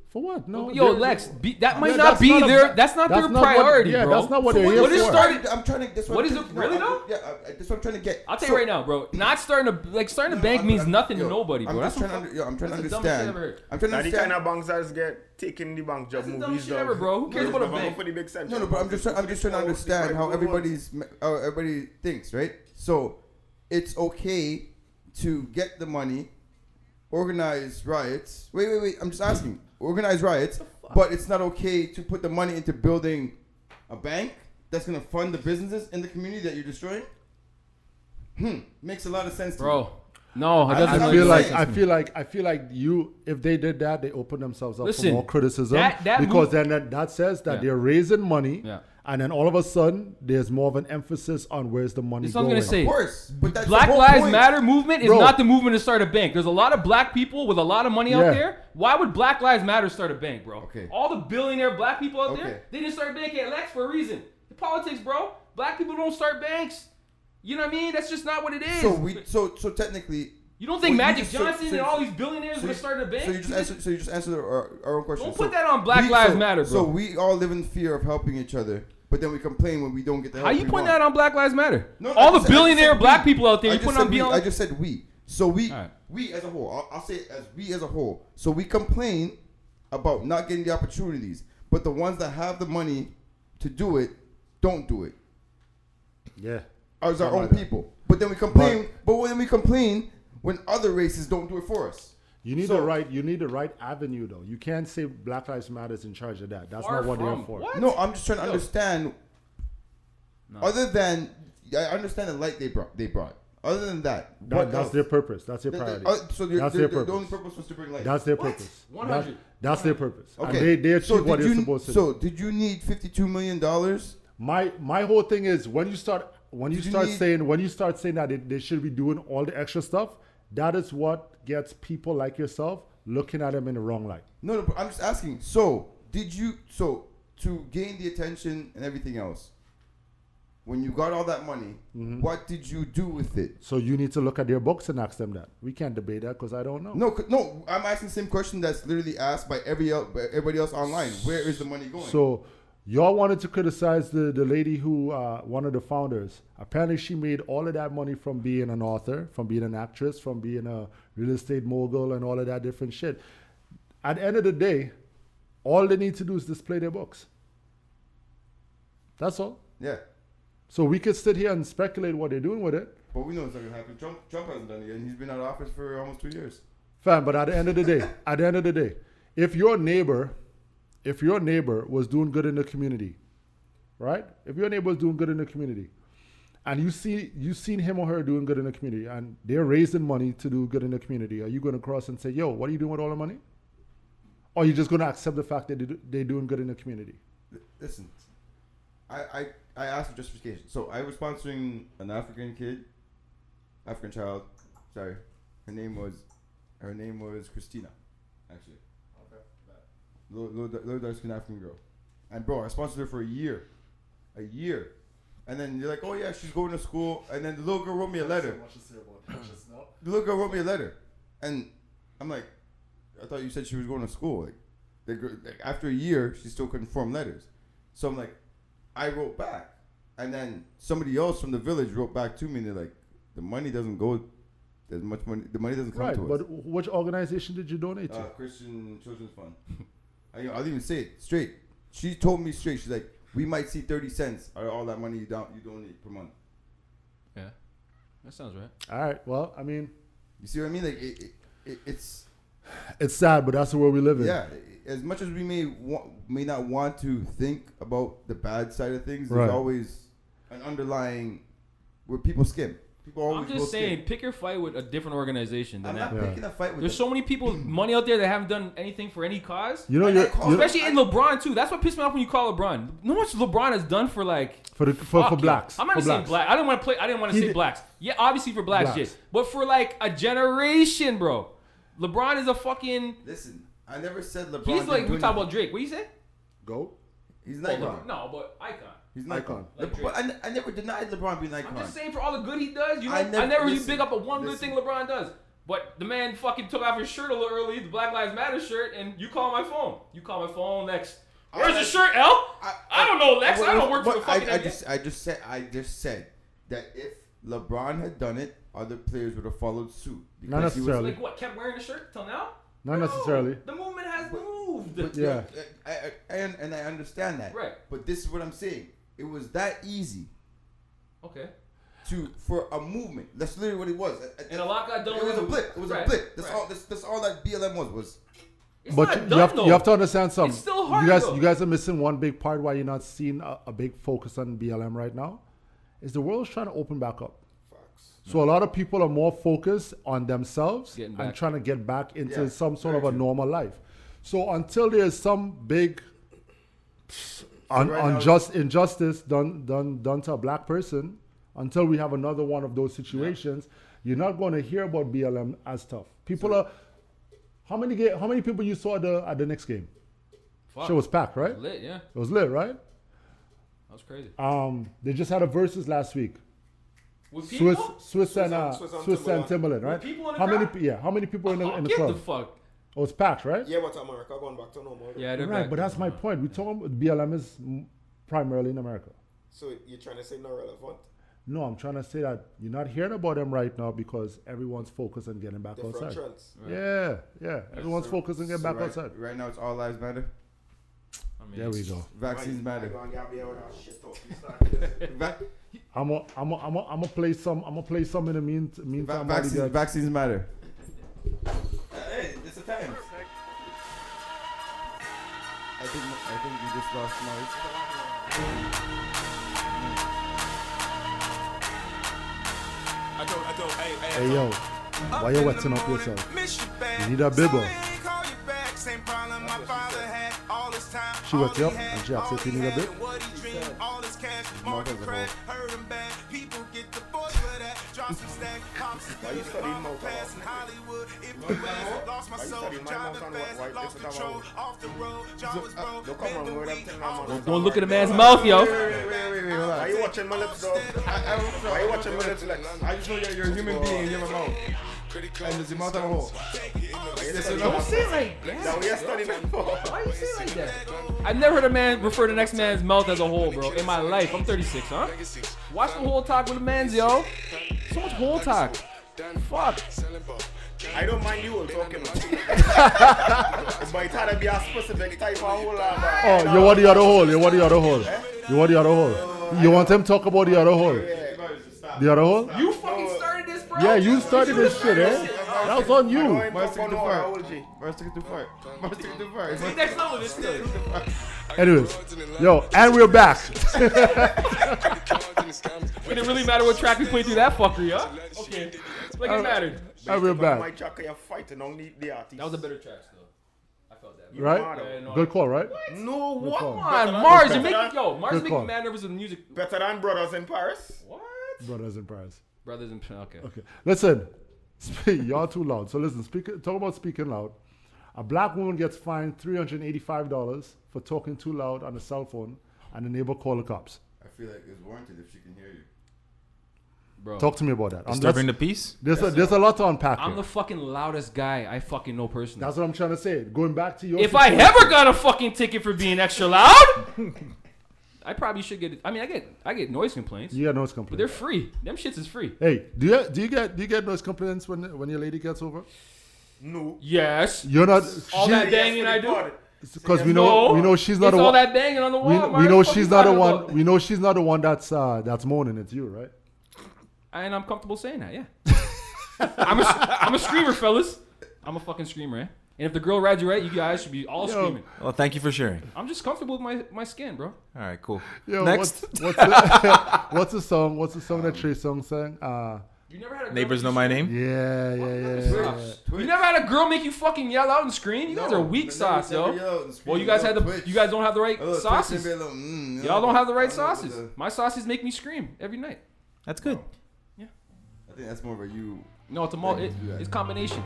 for what? No, Yo, they- Lex, be, that might No, not that's be not a- their. that's not that's their not what- priority, yeah, bro. that's not what So it what- is What is for. started? I'm trying to. That's what, What I'm is trying it- to- really I- though? Yeah, I, I, that's what I'm trying to get. I'll tell So- you right now, bro. Not starting to like starting a bank I'm- means I'm- nothing yo, to nobody, bro. I'm That's just what trying to, under- yo, I'm trying to that's the dumbest shit understand. I've ever heard. I'm trying to Now, the kind of understand. banks that get taken the bank job That's the dumbest movies. shit dog. ever, bro. Who cares Those about a never bank? For the big cent No, no, but I'm just trying, I'm just trying to understand how everybody's me- how everybody thinks, right? So, it's okay to get the money, organize riots. Wait, wait, wait. I'm just asking. Organize riots, but it's not okay to put the money into building a bank that's gonna fund the businesses in the community that you're destroying. Hmm, makes a lot of sense, to me. bro. No, that doesn't I I'm really feel like make I sense. feel like I feel like you. If they did that, they open themselves up Listen, for more criticism that- that because move- then that, that says that Yeah. they're raising money, Yeah. and then all of a sudden there's more of an emphasis on where's the money That's what I'm going. gonna say. Of course, but that's the Black whole Lives point. Matter movement is Bro. not the movement to start a bank. There's a lot of black people with a lot of money Yeah. out there. Why would Black Lives Matter start a bank, bro? Okay. All the billionaire black people out Okay. there, they didn't start a bank at Lex for a reason. The politics, bro. Black people don't start banks. You know what I mean? That's just not what it is. So we, so so technically, you don't think Well, you Magic just- so- Johnson so- and all these billionaires would you- have started a bank? So you just You answer, so you just answer our, our own question. Don't So put that on Black we- Lives so- Matter, bro. So we all live in fear of helping each other, but then we complain when we don't get the help. How you we putting want. that on Black Lives Matter? No, I all the just said- I just billionaire said black we. people out there, I you just putting on said we. BLM? I just said we. So we All right. we as a whole. I'll, I'll say it as we as a whole. So we complain about not getting the opportunities, but the ones that have the money to do it don't do it. Yeah, As our Something own like that. people, but then we complain. But, when we complain, when other races don't do it for us. you need So- the right you need the right avenue though. You can't say Black Lives Matter is in charge of that. That's Far not what from. they're for. What? No, I'm just trying to understand. Other than I understand the light they brought, they brought. Other than that, That- what that's else? their purpose. That's their Th- th- priority. uh, so they're, that's they're, their the only purpose. purpose was to bring light. That's their What? purpose. 100. That- that's their purpose. okay. And they they achieve so what did they're you, supposed to. do. So did you need fifty-two million dollars? My my whole thing is when you start when you Did you start need- saying when you start saying that they, they should be doing all the extra stuff, that is what gets people like yourself looking at them in the wrong light. No, no. But I'm just asking. So did you? So to gain the attention and everything else, when you got all that money, Mm-hmm. what did you do with it? So you need to look at their books and ask them that. We can't debate that because I don't know. No, c- no, I'm asking the same question that's literally asked by every el- by everybody else online. Where is the money going? So y'all wanted to criticize the, the lady who uh, one of the founders. Apparently, she made all of that money from being an author, from being an actress, from being a real estate mogul, and all of that different shit. At the end of the day, all they need to do is display their books. That's all. yeah, So we could sit here and speculate what they're doing with it. but we know it's not gonna happen. Trump, Trump hasn't done it yet. and He's been out of office for almost two years. Fam, but at the end of the day, at the end of the day, if your neighbor, if your neighbor was doing good in the community, right? If your neighbor was doing good in the community, and you see you seen him or her doing good in the community, and they're raising money to do good in the community, are you going to cross and say, "Yo, what are you doing with all the money?" Or are you just going to accept the fact that they do, they're doing good in the community? Listen, I, I, I asked for justification. So I was sponsoring an African kid, African child. Sorry, her name was, her name was Christina, actually. Little, little, little dark skinned African girl, and bro, I sponsored her for a year, a year, and then you're like, oh yeah, she's going to school, and then the little girl wrote me a letter. The little girl wrote me a letter, and I'm like, I thought you said she was going to school. Like, the, gr- like after a year, she still couldn't form letters. So I'm like, I wrote back, and then somebody else from the village wrote back to me, and they're like, the money doesn't go. There's much money. The money doesn't come Right, to us. but which organization did you donate to? Uh, Christian Children's Fund. I, I'll even say it straight. She told me straight. She's like, we might see thirty cents out of all that money you don't you donate per month. Yeah, that sounds right. all right, well, I mean, You see what I mean? Like it, it, it, it's it's sad, but that's the world we live in. yeah. i- As much as we may wa- may not want to think about the bad side of things, Right. there's always an underlying where people skim. People always I'm will just skim. saying, pick your fight with a different organization than I'm not that. Yeah. picking a fight with. There's them. so many people with money out there that haven't done anything for any cause. You know, And I you're, call- you're- Especially in LeBron too. That's what pissed me off when you call LeBron. No much LeBron has done for like for the for, fuck for yeah. blacks. I'm not for saying blacks. black. I didn't want to play. I didn't want to He say did- blacks. Yeah, obviously for blacks, Blacks. yes. But for like a generation, bro. LeBron is a fucking. Listen, I never said LeBron. He's didn't like do we talk anything. about Drake. What you say? Go. He's Oh, an icon. LeBron. No, but icon. He's an Icon. icon. Like Le- but I, ne- I never denied LeBron being an icon. I'm just saying for all the good he does, you know, I I never, never- really listen, big up a one good listen. thing LeBron does. But the man fucking took off his shirt a little early, the Black Lives Matter shirt, and you call my phone. You call my phone next. Where's I- the shirt, L? I, I don't know, Lex. What- I don't what- work for the what- I- fucking. I, I, just, I just said, I just said that if LeBron had done it, other players would have followed suit. Not Because he was- necessarily. like what? Kept wearing the shirt till now? Not necessarily. The movement has moved. but- Yeah. I- I- and and I understand that. Right. But this is what I'm saying. It was that easy Okay. to for a movement. That's literally what it was. And a lot got done It was a with- blip. It was right, a blip. That's right. all. That's, that's all that BLM was. Was It's but not you- you, done have, though. you have to understand something. still hard, you guys, though. you guys are missing one big part why you're not seeing a, a big focus on BLM right now. Is the world's trying to open back up. So a lot of people are more focused on themselves Getting and back. trying to get back into Yeah, some sort of a very true. normal life. So until there is some big un, right now- unjust injustice done done done to a black person, until we have another one of those situations, you're not going to hear about BLM as tough. People are. How many ga- how many people you saw at the at the next game? Fuck. Show was packed, right? lit. Yeah, It was lit, right? that was crazy. Um, they just had a versus last week. With people, Swiss, Swiss and uh, Swiss and Swiss and Timberland. Timberland, right? people in the How many? crowd? pe- Yeah, how many people in the Oh, in the get club? the fuck. It was packed, right? Yeah, but America going back to normal. right? Yeah, they're Right, back. but that's my point. We talking about BLM is m- primarily in America. So you're trying to say not relevant? No, I'm trying to say that you're not hearing about them right now because everyone's focused on getting back Different outside. trends. Yeah, yeah. Everyone's focused on getting so back right, outside. Right now, it's all lives matter. I mean, There we go. Vaccines matter. Go on, Gabriel, with that shit talk. You start this. Vac- I'm a, I'm a, I'm a, I'm gonna play some. I'm gonna play some in the mean, va- meantime. while we vaccines, get- vaccines matter. Hey, it's the times. I think I think we just lost noise. I don't, I don't, hey, hey, Hey yo, why you wetting up yourself? You need a bibble. She wet you up and she asked if you need a bit. Marcus at home. Heard him bad. People get divorced for that. Why you studying my mouth? Lost my Why you soul, studying my mouth driving and what- fast, why- lost this is how I control, work. off the road, John was uh, broke, don't come been on, the word, I'm weak, telling my off mouth. the Don't look at a man's mouth, yo. Wait, wait, wait, wait, wait, relax. Why you watching my lips, though? I, I don't- Why you watching my lips, Lex? I just know you're, you're a human being and you have a mouth. And there's your mouth and a hole. Listen, Don't say it like that. That we are studying that for. Why you say it like that? I've never heard a man refer to the next man's mouth as a hole, bro. In my life, I'm 36, huh? Watch the whole talk with a man's, yo. So much whole talk. Fuck. I don't mind you all talking. but it had to be a specific type of hole. Oh, you want the other hole? You want the other hole? You want the other hole? You want them talk about the other hole? The other hole? You fucking started this, bro. Yeah, you started this shit, eh? That was on you. Why stick it too I far? will G. Why stick it too far? Why stick it too far? See, Next level, this thing. Anyways, yo, and we're back. It didn't really matter what track we played through that fucker, yo. Okay. Like Uh, it mattered. And we're My back, chaka, you're fighting on the, the artist. That was a better track, though. I felt that. right? no, Good call, right? No, what? call. Come on, Mars. You're Good making, call. yo, Mars Good is making call. me mad nervous with the music. Better than Brothers in Paris. What? Brothers in Paris. Brothers and okay. Okay. Listen, speak, y'all too loud. So listen, speak, talk about speaking loud. A black woman gets fined $385 for talking too loud on a cell phone and the neighbor called the cops. I feel like it's warranted if she can hear you. Bro, Talk to me about that. Um, Disturbing the that's- peace? there's, a, there's a lot to unpack I'm here. the fucking loudest guy I fucking know personally. That's what I'm trying to say. Going back to your If I situation- ever got a fucking ticket for being extra loud, I probably should get. I mean, I get I get noise complaints, You got noise but they're complaints. free. Them shits is free. Hey, do you do you get do you get noise complaints when when your lady gets over? No. Yes, You're not All that she banging I do? because we know No. we know she's not it's the all one. that banging on the we, wall. we Mara. know Fuck she's you not the talking one. about? We know she's not the one that's uh that's moaning. It's you, right? And I'm comfortable saying that. Yeah, I'm a, I'm a screamer, fellas. I'm a fucking screamer. Eh? And if the girl rides you right, you guys should be all screaming. Well, thank you for sharing. I'm just comfortable with my, my skin, bro. All right, cool. Yo, Next. What's, what's, the, what's the song? What's the song that Trey Songz sang? Uh, You never had a girl Neighbors make know you- my name. yeah, yeah, yeah. Stop. You never had a girl make you fucking yell out and scream. You guys are weak sauce, yo. Well, you guys had the you guys don't have the right sauces. mm, Y'all don't have the right sauces. My sauces make me scream every night. That's good. I think that's more of a you. No, it's a mul- it, Yeah, you do that. it's combination.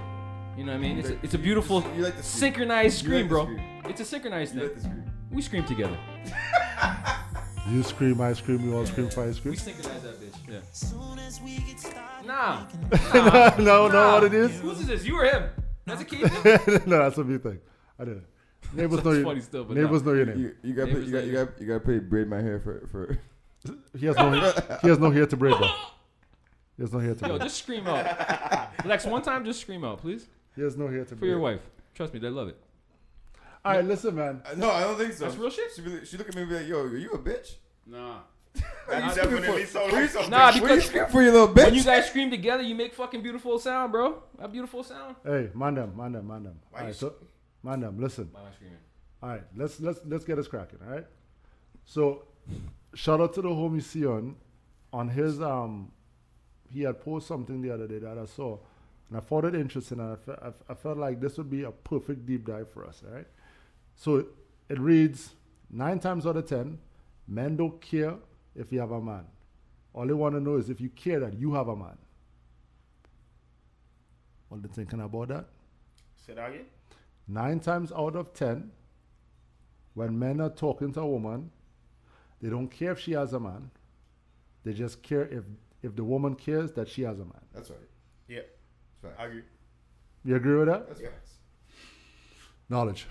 You know what I mean? It's a, like- it's a you- beautiful you like to scream. synchronized You like scream, to bro. scream. It's a synchronized You thing. let this group. We scream together. You scream, I scream, you all scream, fire scream. We synchronize that bitch. Yeah. Nah. no, no, nah. what it is? Whose is this? You or him? That's a key thing. no, that's a me thing. I don't know. Neighbors know Sounds your funny still, but neighbors know your name. You, you gotta pay, Neighbors you got you later. got you gotta pay braid my hair for for. He has no he has no hair to braid though. He has no hair to Yo, braid. just scream out. Lex, one time, just scream out, please, He has no hair to braid. for your wife. Trust me, they love it. All right, listen, man. Uh, No, I don't think so. That's real shit? She, be, she look at me and be like, "Yo, are you a bitch? Nah. What That you screaming definitely for? sounds like something. Nah, What are you because screaming for, you little bitch?" When you guys scream together, you make fucking beautiful sound, bro. A beautiful sound. Hey, man, them, man, them, man, them. All you right, so, man, them, listen. Why am I screaming? All right, let's let's let's get this cracking. All right. So, shout out to the homie Sion on his um, he had posted something the other day that I saw, and I found it interesting, and I, fe- I, f- I felt like this would be a perfect deep dive for us. All right. So it, it reads nine times out of ten, men don't care if you have a man. All they want to know is if you care that you have a man. What you thinking about that? Say that again. nine times out of ten, when men are talking to a woman, they don't care if she has a man. They just care if if the woman cares that she has a man. That's right. Yeah, That's I right. agree. You agree with that? That's right. Knowledge.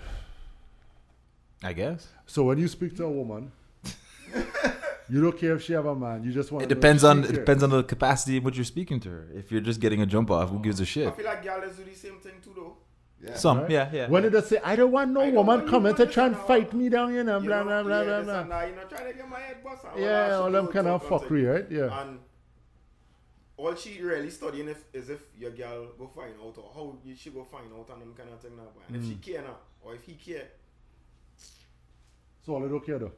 I guess. So when you speak to a woman, you don't care if she have a man. You just want. It depends on it depends on the capacity of what you're speaking to her. If you're just getting a jump off, who gives a I shit? feel like y'all do the same thing too, though. Yeah. Some, yeah, yeah. When they just say, "I don't want no I don't want woman no coming to woman try and now." fight me down," you know, You blah blah know, blah yeah, blah this blah. and that, You know, trying to get my head bust. and that Yeah, shit all do them it kind of too, don't fuckery, right? it? Yeah. And all she really studying if, is if your girl go find out or how you she go find out and them kind of thing now. And if she Mm. care now or if he care, So all they don't care though.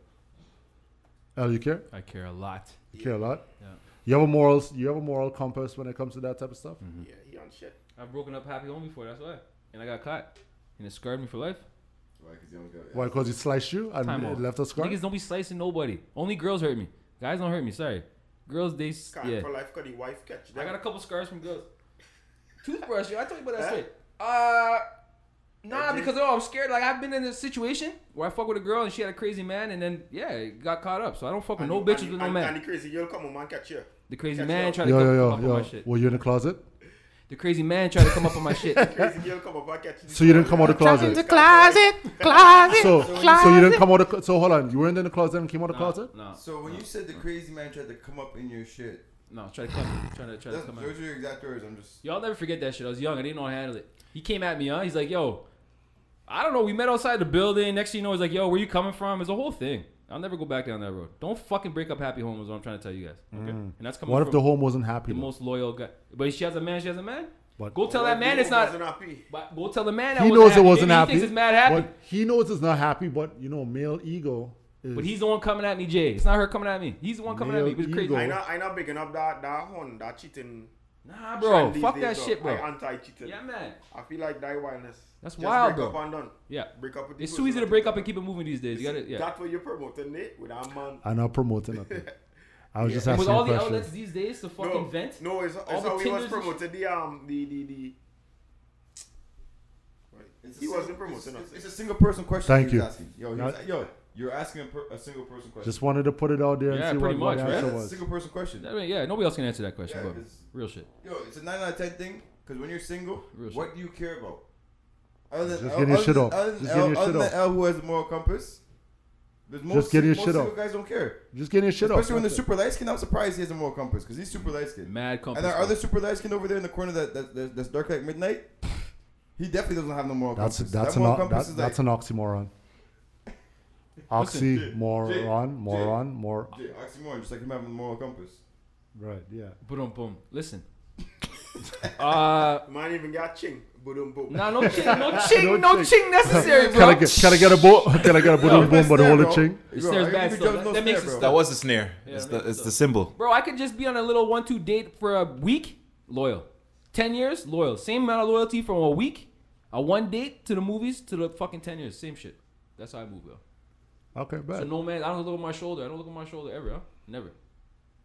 Al, you care? I care a lot. You care a lot. Yeah. You have a morals. You have a moral compass when it comes to that type of stuff. yeah, he on shit. I've broken up happy home before. That's why. And I got caught, and it scarred me for life. Why? 'Cause you don't go- Why? Because it sliced you and Time it out. left a scar. Niggas don't be slicing nobody. Only girls hurt me. Guys don't hurt me. Sorry. Girls, they s- Can't yeah. for life, cause the wife catch I them. got a couple scars from girls. Toothbrush, yo, I told you about that Huh? shit. Uh, nah, Did you? because oh, I'm scared. Like I've been in a situation where I fuck with a girl and she had a crazy man, and then yeah, it got caught up. So I don't fuck with And no you- bitches and, with no and, And man. the crazy girl come home and catch you. The crazy catch man you. tried to Yo, come, come yo, up on yo, my yo. shit. Were you in the closet? The crazy man tried to come up on my shit. Crazy girl come up and catch you. So you didn't come out of the Closet. closet. closet, closet, So, so you didn't come out of. the- So hold on, you weren't in the closet and came out of the closet. No, So when you said the crazy man tried to come up in your shit, no, try to come, try to try to that's, come those out. are your exact words. I'm just. Y'all never forget that shit. I was young. I didn't know how to handle it. He came at me, huh? He's like, yo, I don't know. We met outside the building. Next thing you know, he's like, yo, where you coming from? It's a whole thing. I'll never go back down that road. Don't fucking break up happy home is what I'm trying to tell you guys. Okay. And that's coming Mm. What from if the home wasn't happy? the though? most loyal guy. But she has a man, she has a man. But- go tell that man it's Wasn't not. happy. But go tell the man that He wasn't knows it happy. wasn't Maybe happy. He thinks it's mad happy. But he knows it's not happy, but you know, male ego is. But, he's the one coming at me, Jay. It's not her coming at me. He's the one coming at Male me. It was crazy. ego. I not, I not bigging up that that hun, that cheating. Nah, bro. trend these Fuck that days, though. shit, I bro. anti cheating. Yeah, man. I feel like that wildness. That's Just wild, break bro. Up and done. Yeah. Break up with the It's too person easy to that break you up and love. keep it moving these days. You got it. Yeah. That's what you're promoting it with that man. I'm not promoting nothing. I was just With asking all a the question. outlets these days to fucking no, vent. No, it's, it's All the how he was Tinders and promoted the um the the the. It's a He single- wasn't promoting us. it's, it's a single person question. Thank he you. was Asking. Yo, he was, yo, you're asking a, per, a single person question. Just wanted to put it out there Yeah, and see pretty what, what much, the yeah, answer that's a was. single person question. I mean, yeah, nobody else can answer that question, Yeah, but 'cause- real shit. Yo, it's a nine out of ten thing. Cause when you're single, Real shit. what do you care about? Other than Just getting your other shit than- off. Other than, Just getting your L, other shit than off. L who has a moral compass. There's most, getting your most shit single off. guys don't care. Just getting his shit off. Especially when they're that's it. super light skinned. I'm surprised he has a moral compass because he's super light skinned. Mad company. And that other super light skinned over there in the corner that, that, that that's dark like midnight, he definitely doesn't have no moral That's compass. that's that an moral o- compass that, is that's like, an oxymoron. Oxymoron, moron, more. Jay, oxymoron, just like him having a moral compass. Right. Yeah. Boom, boom. Listen. uh, Man even got ching, boom boom. nah, no ching, no ching, No no ching necessary, Can I bro. get can I get a boom? Can I get a boom boom by the whole of ching? Bro, snare's I bad give you still. jobs, That- that makes snare, it bro. That was the snare. It's maybe the it's so. the symbol. Bro, I could just be on a little one-two date for a week, loyal. Ten years, loyal. Same amount of loyalty from a week, a one date to the movies to the fucking ten years. Same shit. That's how I move, yo. Okay, So bad. no man, I don't look at my shoulder. I don't look at my shoulder ever, huh? Never.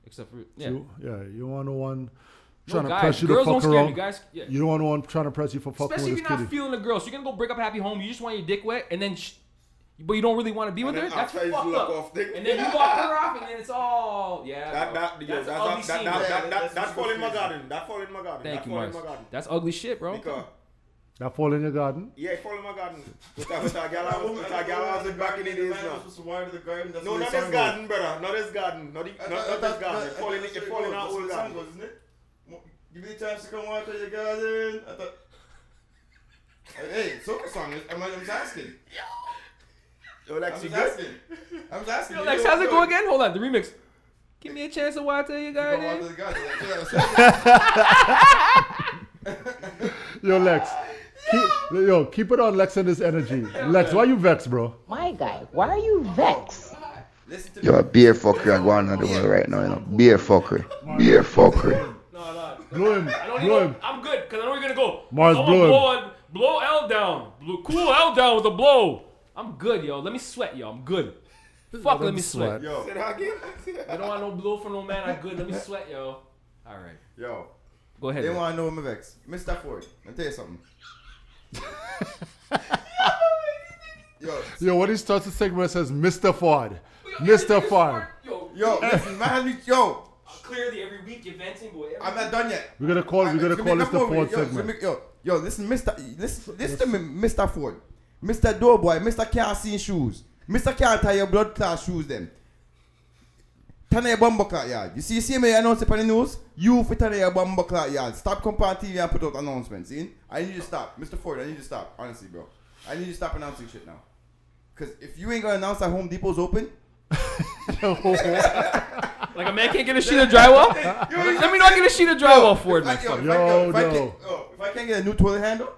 Except for yeah. You, yeah, you want no one No, trying to guys- press you to girls fuck don't scare me. around. Guys, yeah. You don't want no one trying to press you for fucking Especially if with you're this not kitty. feeling a girl, so you're gonna go break up happy home. You just want your dick wet, and then, sh- but you don't really want to be with then her. That's after fucked you up. lock off dick. and then you walk her off, and then it's all yeah. That bro. that yeah, that's an ugly that's that that scene, that bro. that that's that that fall in my super garden. That fall in my garden. Thank That you, fall in my Mark. garden. That's ugly shit, bro. Because That fall in your garden. yeah, fall in my garden. With that with that gal, with that gal was it back in the days now. No, not this garden, brother. Not this garden. Not the, not, not this garden. It fall in it fall in our old garden. isn't it? Give me the chance to come out to your garden. I thought. Hey, soca song. I'm, I'm just asking. Yo, I'm like she just good. asking. I'm just asking. Yo, Lex, how's it go again? Hold on, the remix. Give me a chance to watch you Come out to guys. the garden. That's what I said. Yo, Lex. Keep, yo, keep it on Lex and his energy. Lex, why you vexed, bro? My guy, why are you vexed? Listen to me. You're a beer fuckery. I go on the world right now, you know. Beer fuckery. Beer fuckery. No, no. Blow him. I don't Blow even, him. I'm good because I know you're gonna go. Mars, Someone blow him. blow, on- blow L down. Blow, cool L down with a blow. I'm good, yo. Let me sweat, yo. I'm good. Fuck, let him me sweat. sweat. Yo, Say that again. I don't want no blow from no man. I'm good. Let me sweat, yo. All right. yo. Go ahead. They man. want to know him vex. Mr. Ford, I'll tell you something. yo, Yo, when he starts the segment, it says Mr. Ford. Mr. Ford. Yo, yo, listen, man, has me, yo, clearly every week you're venting, boy. Every I'm not done yet. We're gonna call we're gonna Jimmy, call come this the over Ford here. yo, segment. Jimmy, yo, yo, listen, Mr. Listen, listen to me, Mr. Ford, Mr. Doughboy, Mr. Can't see shoes, Mr. Can't tie your blood class shoes. Them. Turn your bumbo clock yard. You see, you see me announce it on the news. You for turn your bumbo clock yard. Stop come on TV and put out announcements. See? I need you to stop, Mr. Ford. I need you to stop. Honestly, bro, I need you to stop announcing shit now. Cause if you ain't gonna announce that Home Depot's open, Like a man can't get a sheet of Oh, drywall? Let me not get a sheet of drywall for it, man. like, yo, if I, Yo, yo, if, I no. can't, yo, if I can't get a new toilet handle,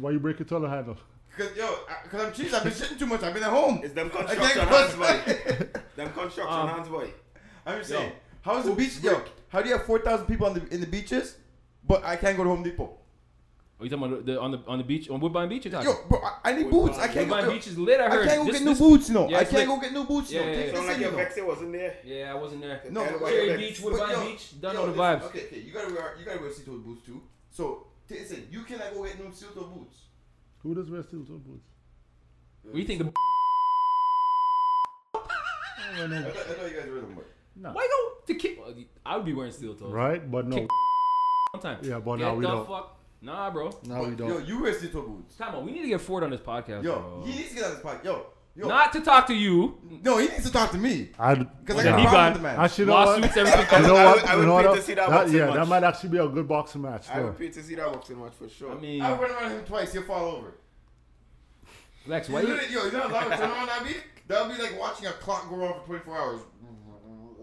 Why you break your toilet handle? Cause yo, I- cause I'm cheese. I've been shitting too much. I've been at home. It's them I construction can't hands, go boy. outside. Them Ah. construction hands, boy. I'm just saying. How is the beach? Yo, how do you have four thousand people on the in the beaches, but I can't go to Home Depot? you talking about the, the- on the on the beach on Woodbine Beach? You're talking. Yo, bro, I, I need boots. I can't Woodbine go. Beach is lit. I I heard. can't go This- get new this- boots. No, Yeah, I it's lit. can't go get new boots. No, Yeah, yeah, take yeah. this Sound like in, your no. Vexy wasn't there. Yeah, I wasn't there. No, Cherry okay, Cherry Vex. Beach, but Woodbine yo, Beach. Done yo, all the listen, vibes. Okay, okay, you gotta wear you gotta wear steel-toed boots too. So listen, you cannot go get no steel-toed boots. Who does wear steel toe boots? What do you think? The, I thought, I thought you guys were the one. why go to kick? I would be wearing steel toes. Right? But no. Kick- One time. Yeah, but Get now we the don't. Fuck. Nah, bro. Now we Yo, don't. you wear steel-toed boots. Time out. We need to get Ford on this podcast. Yo, bro. he needs to get out of this podcast. Yo, yo, Not to talk to you. no, he needs to talk to me I, because I Yeah, got a he problem got- with the man. actually, you know what? Lawsuits, everything. You know I what? would- I You would know pay to what? see that That- boxing yeah, match. that might actually be a good boxing match. I though. would pay to see that boxing match for sure. I mean, I went around him twice. He'll fall over. Lex, why Why you? yo, you know how loud a turn on that'd be? That would be like watching a clock go off for 24 hours.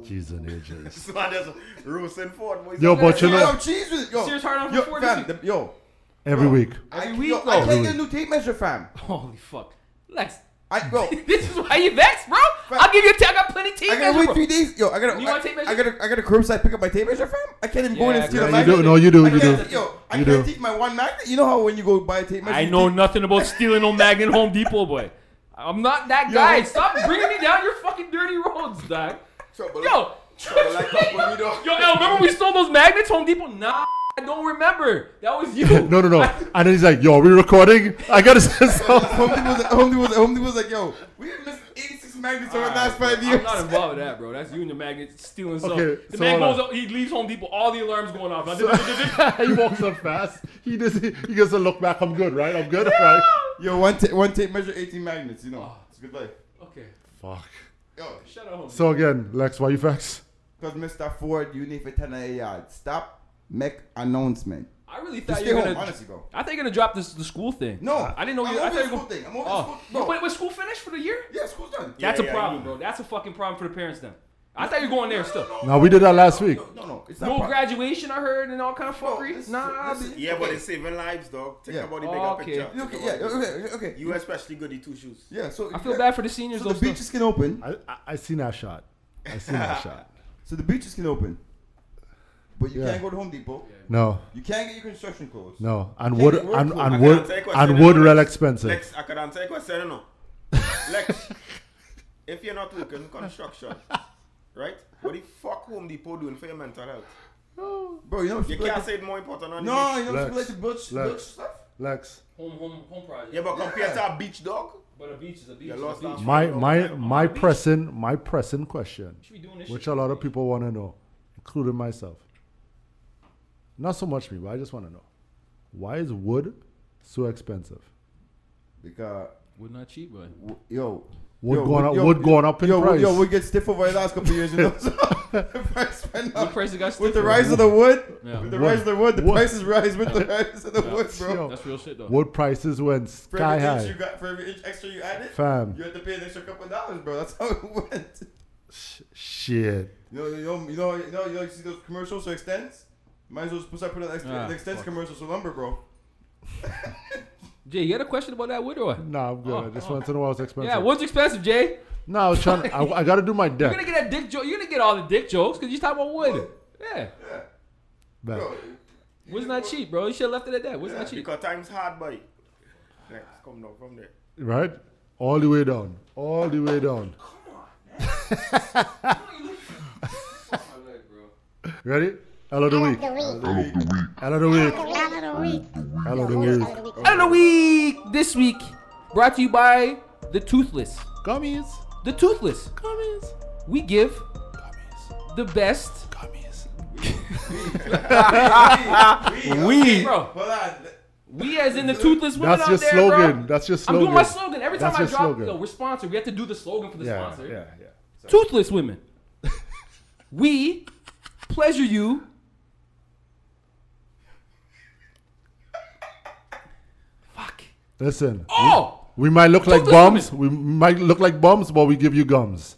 Jeez and AJs. This man is roasting Ford. boy. Yo, but you yo, know, cheese with it. Yo, Serious hard on yo, for four fam, this the, yo, every week. I, Every week, yo, though. I can't Every get a new tape measure, fam. Holy fuck, Lex. I, yo, This is why you vexed, bro. I'll give you a tag. I got plenty of tape I gotta measure, wait bro. three days. Yo, I gotta. You I, want tape measure? I gotta. I gotta curbside pick up my tape measure, fam. I can't even go in Yeah, and steal yeah, a you You magnet. do, no, you do, I you can't, do. Yo, I You can't do. take my one magnet. You know how when you go buy a tape measure, I you know take- nothing about stealing no mag in Home Depot, boy. I'm not that guy. Stop bringing me down your fucking dirty roads, dog. Trouble. Yo, Trouble like Caponito. yo, El, remember we stole those magnets Home Depot? Nah, I don't remember. That was you. no, No, no, no. And then he's like, "Yo, are we recording? I gotta say something." Home Depot's, Home Depot's, Home Depot's like, yo, we have missed 86 magnets over the last five years. I'm not involved with that, bro. That's you and the magnet stealing stuff. Okay, the so man hold goes on. up, he leaves Home Depot, all the alarms going off. he walks up fast. He does. He gets a look back. I'm good, right? I'm good, right? Yo, one, ta- one tape measure, 18 magnets. You Ah, know, it's a good life. okay, Fuck. Yo, shut up, Home Depot. So again, Lex, why you vex? because Mr. Ford, you need for 10 a yard. Stop, make announcement. I really thought Just you stay were home, gonna. honestly, bro. I thought you're gonna drop this the school thing. No, I, I didn't know I'm you. I over thought the you were school gonna. thing. I'm over Oh, the school. wait, Bro. was school finished for the year? Yeah, school's done. That's yeah, a I problem, know. bro. That's a fucking problem for the parents now. I thought you were going there still. Now we did that last week. No, no, no. It's not No part- graduation, I heard, and all kind of Bro, fuckery. this- Nah, this- b- Yeah, but it's saving lives, dog. Think Yeah. about the bigger Oh, Okay. picture. Think Okay, yeah, about the- okay, okay. You especially goody two shoes. yeah, so I feel yeah. bad for the seniors. So the those beaches can open. I, I, I seen that shot. I seen that shot. So the beaches can open. But you Yeah. can't go to Home Depot. No, You can't get your construction clothes. no. And wood Take it, and, work and I wood can't take and question, wood no. real expensive. Lex, I can answer your question, no. Lex, if you're not working construction, right? What the fuck Home Depot doing for your mental health? Bro, you know what You people like can't to- say it more important on No, the you know what people like Lex, to build, build Lex. stuff? Lex, Home, home, home project. beach. Yeah, but compared Yeah. to a beach dog, But a beach is a beach. You is a lost beach. that. You my my my pressing my pressing question, should be doing this which shit. a lot of people want to know, including myself. Not so much me, but I just want to know, why is wood so expensive? Because Would not cheat, but w- yo, Wood yo, going up- wood going up in yo, wood- price. Yo, wood gets stiff over the last couple of years. You know, so the price went the up. price got With stiffer. the rise of the wood, Yeah. with the Wood. rise of the wood, the Wood. prices rise with the rise of the wood, bro. Yo, That's real shit though. wood prices went For sky every inch you high. got, for every inch extra you added, Fam. you had to pay an extra couple of dollars, bro. That's how it went. Shit. You know, you know, you know, you know, you, know, you see those commercials for extends. Might as well just put up put an extra Ah, an extends fuck. commercials for lumber, bro. Jay, you had a question about that wood or? what? Nah, I'm good. Oh, I just oh. wanted to know why it was expensive. Yeah, wood's expensive, Jay. No, I was trying. I, I got to do my You're gonna deck. get that dick joke. You're gonna get all the dick jokes because you talk about wood. Yeah, back. Bro, wood's not cheap, bro. You should have left it at that. Wood's not cheap. because time's hard, boy. Lex, come down from there. right? All the way down. All the way down. Ready? Hell of the week. Hell of the week. Out of the week. Hell of the week. Out of the week this week, brought to you by the Toothless. Gummies. The Toothless. Gummies. We give the best. Gummies. We, bro. hold on. We as in the Toothless women That's out your there, slogan. bro. That's your I'm slogan. doing my slogan every That's time I your drop. slogan. Yo, we're sponsored. We have to do the slogan for the yeah, sponsor. yeah, yeah. Toothless women. we pleasure you. Fuck. Listen, Oh, we might look like Toothless bums. We might look like bums, but we give you gums.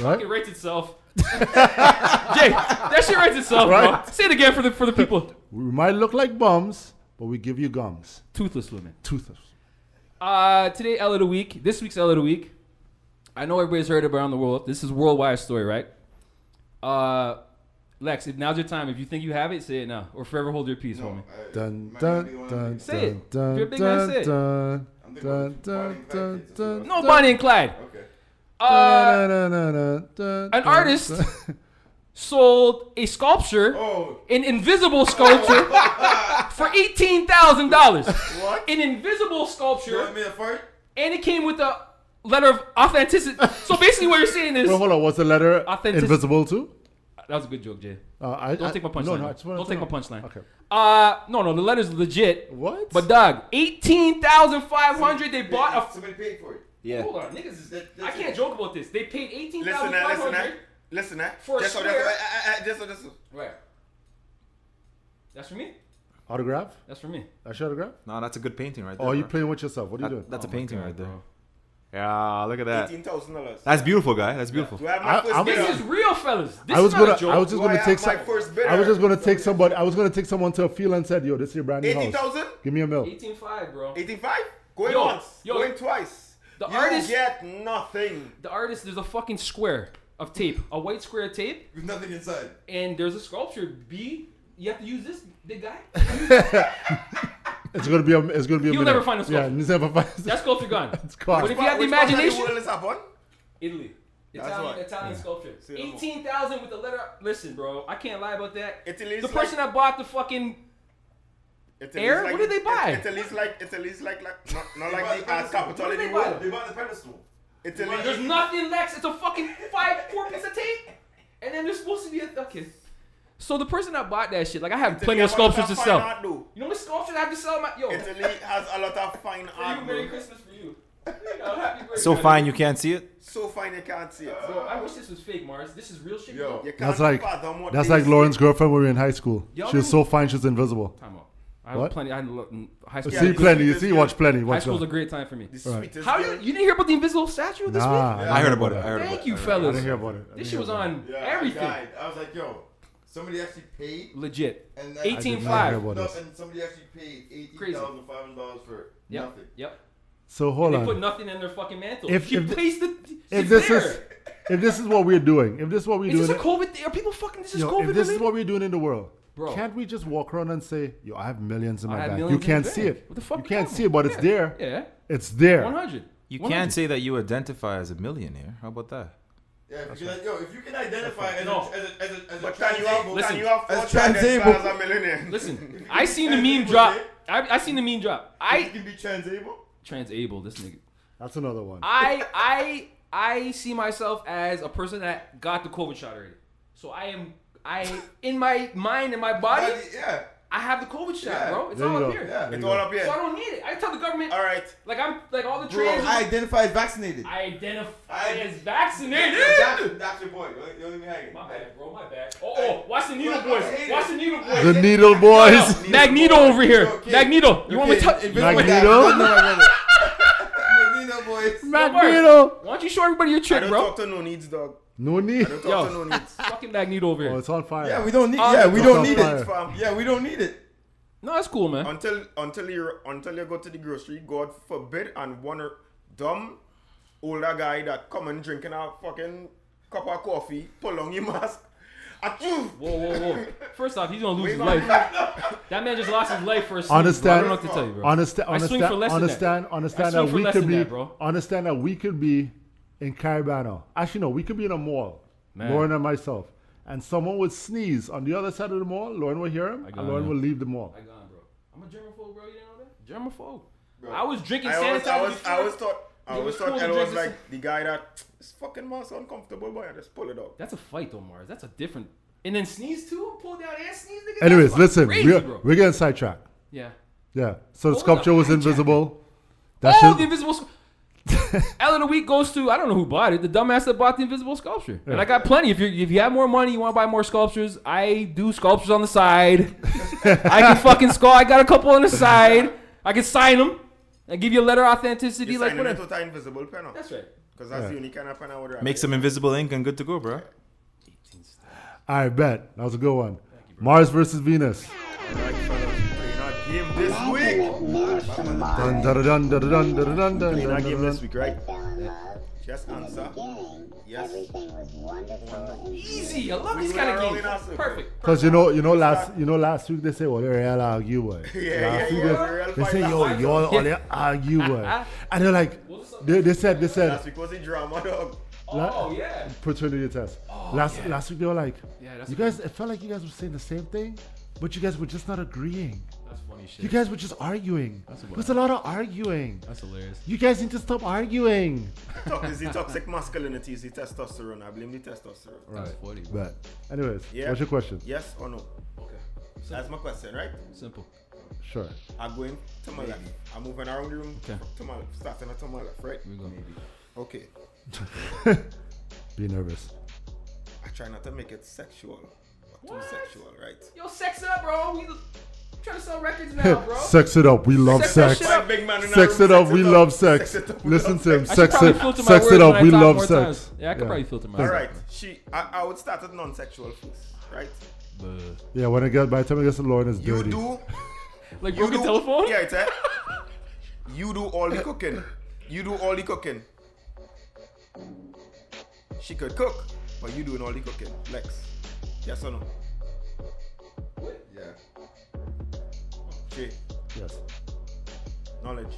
Right? it writes itself. Jay, that shit writes itself, bro. Right? Say it again for the for the people. We might look like bums, but we give you gums. Toothless women. Toothless. Uh, today L of the week. This week's L of the week. I know everybody's heard it around the world. This is worldwide story, right? Uh, Lex, if now's your time. If you think you have it, say it now, or forever hold your peace, homie. Dun dun dun Say dun it. If you're a dun big man, say dun it. dun about dun dun dun the Bonnie and Clyde kids, that's dun. No, Bonnie and Clyde. Okay. Uh, An an artist sold a sculpture, Oh. an invisible sculpture, for eighteen thousand dollars. What? An invisible You want sculpture, me to fight? and it came with a letter of authenticity. so basically, what you're saying is Wait, hold on. Was the letter Authentic- invisible too? that was a good joke, Jay. Uh, I, Don't I- take my punchline. No, no, I just wanted Don't to take my know. punchline. Okay. Uh, no, no, the letter's legit. What? But dog, eighteen thousand five hundred. They bought a. Somebody paid for it. Yeah. Hold on, niggas. Is, That- I that's can't it. joke about this. They paid eighteen Listen thousand that, five listen that. hundred. Listen that. For a just so, just so, square. I- I- I- just so, just so. Right. That's for me. Autograph? That's for me. That's your autograph? No, that's a good painting right there. Or are Oh, you bro. playing with yourself? What are you doing? That- that's a painting right there. Yeah, look at that. Eighteen thousand dollars. That's beautiful, guy. That's beautiful. Do I have I- my first I'm- bid This on? is real, fellas. This I is was not gonna, a joke. I was just Do gonna I take have my some. first bidder? I was just gonna take somebody. I was gonna take someone to a field and said, "Yo, this is your brand new house. 18,000? Give me a mill." eighteen five, bro. 85? Going Yo, once, yo. going twice. The you artist- get nothing. The artist, there's a fucking square of tape, a white square of tape, With nothing inside. and there's a sculpture. B, you have to use this big guy. It's gonna be a. It's gonna be a. You'll minute. never find a Yeah, sculpture. he's never find. That sculpture gone. It's gone. But if you Which have the part- which part of imagination, world is that one? Italy. That's Italian, right. Italian sculpture. no more. Eighteen thousand with the letter. Listen, bro, I can't lie about that. Italy's the like- person that bought the fucking Italy's Air? What did they buy? It- Italy's like Italy's like like not, not like the art What capital did in they the buy? world. They bought the pedestal. Italy. there's nothing, Lex. It's a fucking five four piece of tape, and then there's supposed to be a okay. So the person that bought that shit, like I have Italy plenty of has a lot sculptures to fine sell. art, though. You know what sculptures I have to sell? My yo, for Italy has a lot of fine you, art. Merry bro. Christmas for you. You know, happy birthday. So fine, you can't see it. So fine you can't see it. Bro, I wish this was fake, Mars. This is real shit. Yo, You can't That's like. fathom what That's they like see. Lauren's girlfriend when we were in high school. Y'all She was so remember- fine, she was invisible. time out. I have What? plenty. I had lo- mm, high school. see this plenty. You is see, good. watch plenty. high Watch school's a that. great time for me. The Right. sweetest How you girl. you didn't hear about the invisible statue this Nah, week? I heard about it. I heard about Thank it. you, I fellas. didn't hear about it. I didn't This shit hear was about it. on Yeah, everything. I, died. I was like, yo, somebody actually paid. Legit. And that- I did not hear 18.5. about No, this. and somebody actually paid eighteen thousand five hundred dollars for Yep. nothing. Yep. So hold They put on. nothing in their fucking mantle. If- If you if thi- place the If it's this there. is, if this is what we're doing, if this is what we're is this a doing, COVID thing? Are people fucking this is Yo, COVID if this related? is what we're doing in the world, Bro. can't we just walk around and say, "Yo, I have millions in I my had bank"? You millions in can't the see bank. it. What the fuck you you can't talking see it, but it's there. yeah. It's there. One hundred. You can't say that you identify as a millionaire. How about that? Yeah, because like, yo, if you can identify as No. a as a as a as a But can you have, trans- Listen. can you have As four children transable. as a millionaire? Listen, I seen the meme drop. I, I seen the meme drop. you I can be transable. transable this nigga. That's another one. I I I see myself as a person that got the COVID shot already. So I am I in my mind and my body, But, yeah, I have the COVID shot, Yeah. bro. It's There you all go. up here. yeah. It's all up So I here. don't need it. I tell the government All right. like I'm like all the Bro, trans I identify as vaccinated. I identify I- as vaccinated. That's, that's your point. You only me hanging. My bad, bro. My bad. Oh, oh, watch the needle boys. Watch the needle boys. the Needle Boys. Yo, Magneto over here. Okay. Magneto, you want me to touch? Invisible you want me- guy. Magneto? No, no, no, no. Magneto boys. Magneto. Why don't you show everybody your I trick, don't bro? talk to no needs, dog. No need. I don't Yo. talk to no needs. Fucking Magneto over here. Oh, it's on fire. Yeah, we don't need. Uh, Yeah, we it's don't on need fire. it. Yeah, we don't need it. no, that's cool, man. until until you until you go to the grocery, God forbid, and one or- dumb older guy that come and drinking a fucking cup of coffee, pull on your mask. Achoo! Whoa, whoa, whoa. First off, he's gonna lose his Wait, life. That man just lost his life for a snooze, bro. I Understand? don't know what to tell you, bro. I Understand? swing Understand? for less than that. Understand? Understand I swing that for we less could than be. that, bro. Understand that we could be in Caribana. Actually, no, we could be in a mall. Man. Lauren and myself, and someone would sneeze on the other side of the mall. Lauren will hear him, and got Lauren it. will leave the mall. I gone, bro. I'm a germaphobe, bro. You didn't know that? Germaphobe. I was drinking I always, sanitizer. I was, before. I always thought, I It always was thought, cool to I drink was this- like the guy that this fucking mask uncomfortable, boy, I just pull it out. That's a fight, though, Mars. That's a different. And then sneeze too. Pull down and sneeze, nigga. That's Anyways, fucking listen, crazy, we're, bro. we're getting sidetracked. Yeah. Yeah. So the What was sculpture a was hijack? invisible. That Oh, shit- the invisible. sc- L of the week goes to I don't know who bought it. The dumbass that bought the invisible sculpture. And I got plenty. If you if you have more money, you want to buy more sculptures. I do sculptures on the side. I can fucking sculpt. I got a couple on the side. I can sign them. I give you a letter of authenticity, You like signing it whatever. with an invisible pen, That's right. because that's the only kind of pen I would rather. Make some invisible ink and good to go, bro. I bet. That was a good one. Mars versus Venus. like fellas playing our game this week. Dun, dun, dun, dun, dun, dun, dun, dun, dun, Playing our dun, game dun. this week, right? Just answer. Yes. Everything was wonderful. And Easy. I love these We kind are of all games. in our circle. Perfect. Cause you know, you know, last, you know, last week they say, "Well, they all argue, boy." yeah, last week yeah, real they, they fight say, last "Yo, week. y'all all they argue, boy," and they're like, they, they said, they said, Last week was in drama, dog. la- Oh yeah. Oh, paternity test. last last week they were like, Yeah, that's you a good guys, it felt like you guys were saying the same thing, but you guys were just not agreeing. That's funny shit. You guys were just arguing. what- There's a lot of arguing. That's hilarious. You guys need to stop arguing. Talk is the toxic masculinity, is the testosterone. I blame the testosterone. That's funny. But, anyways, Yeah. what's your question? Yes or no? Okay. That's my question, right? Simple. Sure. I'm going to my left. I'm moving around the room Okay. to my left. Starting at to my left, right? Here we go. Okay. Be nervous. I try not to make it sexual. Or too What? sexual, right? Yo, sex it up, bro. We trying to sell records now, bro. sex it up. We love Sex that sex. shit up. My big man in our Sex room, it up. We love sex. Sex it up, we Listen love to him. sex. I should Sex probably it. filter my Sex words it when up. I We talk love more sex. times. Yeah, I could probably filter my All All words. right. She, I, I would start at non-sexual first, right? Yeah, when I get by the time I get to Lauren, it's You dirty. do. Like You broken do. telephone. Yeah, it's a, You do all the cooking. You do all the cooking. She could cook, but you doing all the cooking. Lex. Yes or no? Yeah. Jay. Yes. Knowledge.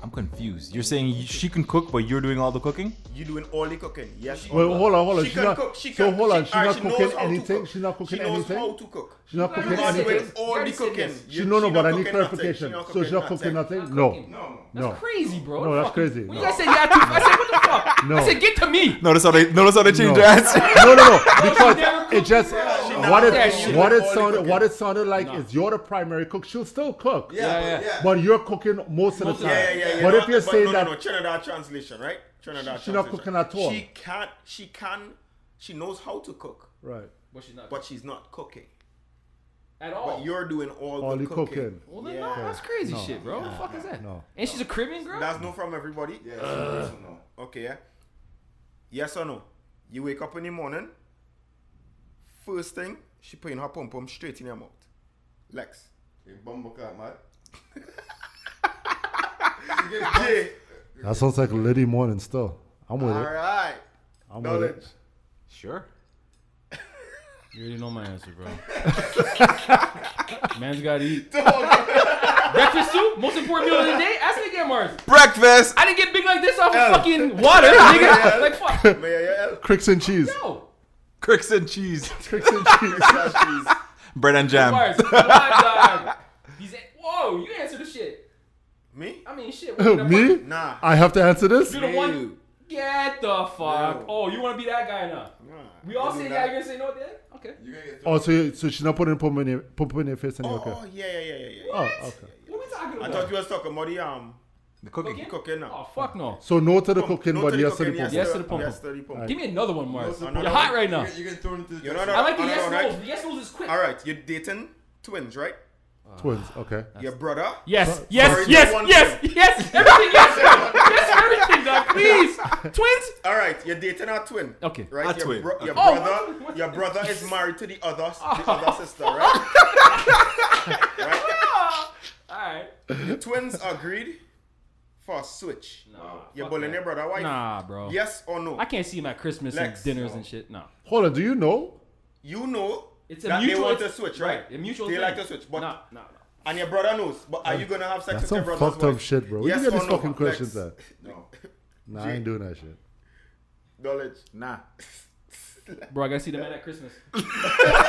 I'm confused. You're saying you- she can cook, but you're doing all the cooking? You doing all the cooking. Yes or Well, no? hold on, hold on. She She's can not- cook. She so can, hold on, she- she's all not she knows cooking how to anything? cook. She's not cooking she knows anything? how to cook. She's not You cooking gotta She's say anything. doing it. all the Very cooking. serious. She no no, she but not I need cooking nothing. clarification. not so she's not cooking nothing. No, cooking. No. That's no, crazy, bro. No, that's Fucking- crazy. When No. you guys said yeah to, I said what the fuck? no. I said get to me. Notice how they notice how they change No. their answer. no, no, no. Because it just never what said it she what was it only sounded cooking. what it sounded like is you're the primary cook. She'll still cook, Yeah, Yeah, yeah. but yeah. but you're cooking most of Most the time. of the Yeah, yeah, yeah. But no, if you're saying no, that, no, no, Trinidad translation, right? Trinidad She translation. not cooking at all. She can't. She can. She knows how to cook, right? But she's not. but she's not cooking. at But all. you're doing all, All the the cooking. cooking. Well, then, no, that's crazy shit, bro. What the fuck is that? no. And she's a Caribbean girl. That's no from everybody. Yeah, it's personal. Okay, yeah. Yes or no? You wake up in the morning. First thing, she putting her pom pom straight in her mouth. Lex. Hey, bumble cat, man. Yeah. That sounds like Liddy morning still. I'm with All it. right. I'm with Knowledge. it. Sure. You already know my answer, bro. Man's gotta eat. Breakfast too? Most important meal of the day? Ask me again, Mars. Breakfast. I didn't get big like this off of fucking water, nigga. Like, fuck. May I help? Cricks and cheese. No. Cricks and cheese. Cricks and cheese. Bread and jam. Mars, come on, dog. He's a- Whoa, you answer the shit. Me? I mean, shit. we're gonna- Me? Nah. I have to answer this. You're the one. Get the fuck. Oh, you wanna be that guy now? We all say yeah, you're gonna say no at the end? Okay. You're gonna get Oh, so, you, so she's not putting pom in your, pom in your face Oh, anymore. oh, yeah, yeah, yeah, yeah, yeah. Oh, okay. What are we talking I about? thought you was talking about the um The cooking. cooking now. Oh, fuck no. So no to the Pom- cooking, no but to the yes to the cooking, pom. Yes to the pom-pom. Yes to the pom-pom. Give me another one, Mars. no, You're no, no. hot right now. You're, you're gonna throw into the. You're not I like the no, yes no, no. rules. The yes rules is quick. All right, you're dating twins, right? Twins. Okay. Your brother. Yes, yes, sorry, yes, just one yes, yes, everything, yes, yes, everything, dog. Please, twins. All right, you're dating a twin. Okay. Right. A your twin, bro- okay. your Oh, brother. what- what- Your brother is married to the other the other sister, right? right. All right. The twins agreed for a switch. Nah, You're Oh, fuck bullying that. your brother wife. Nah, bro. Yes or no? Oh. I can't see him at Christmas Lex, and dinners no. and shit. No. Hold on. Do you know? You know It's a that mutual. they want to switch, right? A mutual. They thing. like to switch, but no, no, no. and your brother knows. But are you gonna have sex That's with some your brother's fucked up wife? shit, bro. Where Yes you get or these no? fucking questions Lex. at? Nah, I ain't doing that shit. Knowledge. Nah. Bro, I gotta see the man at Christmas.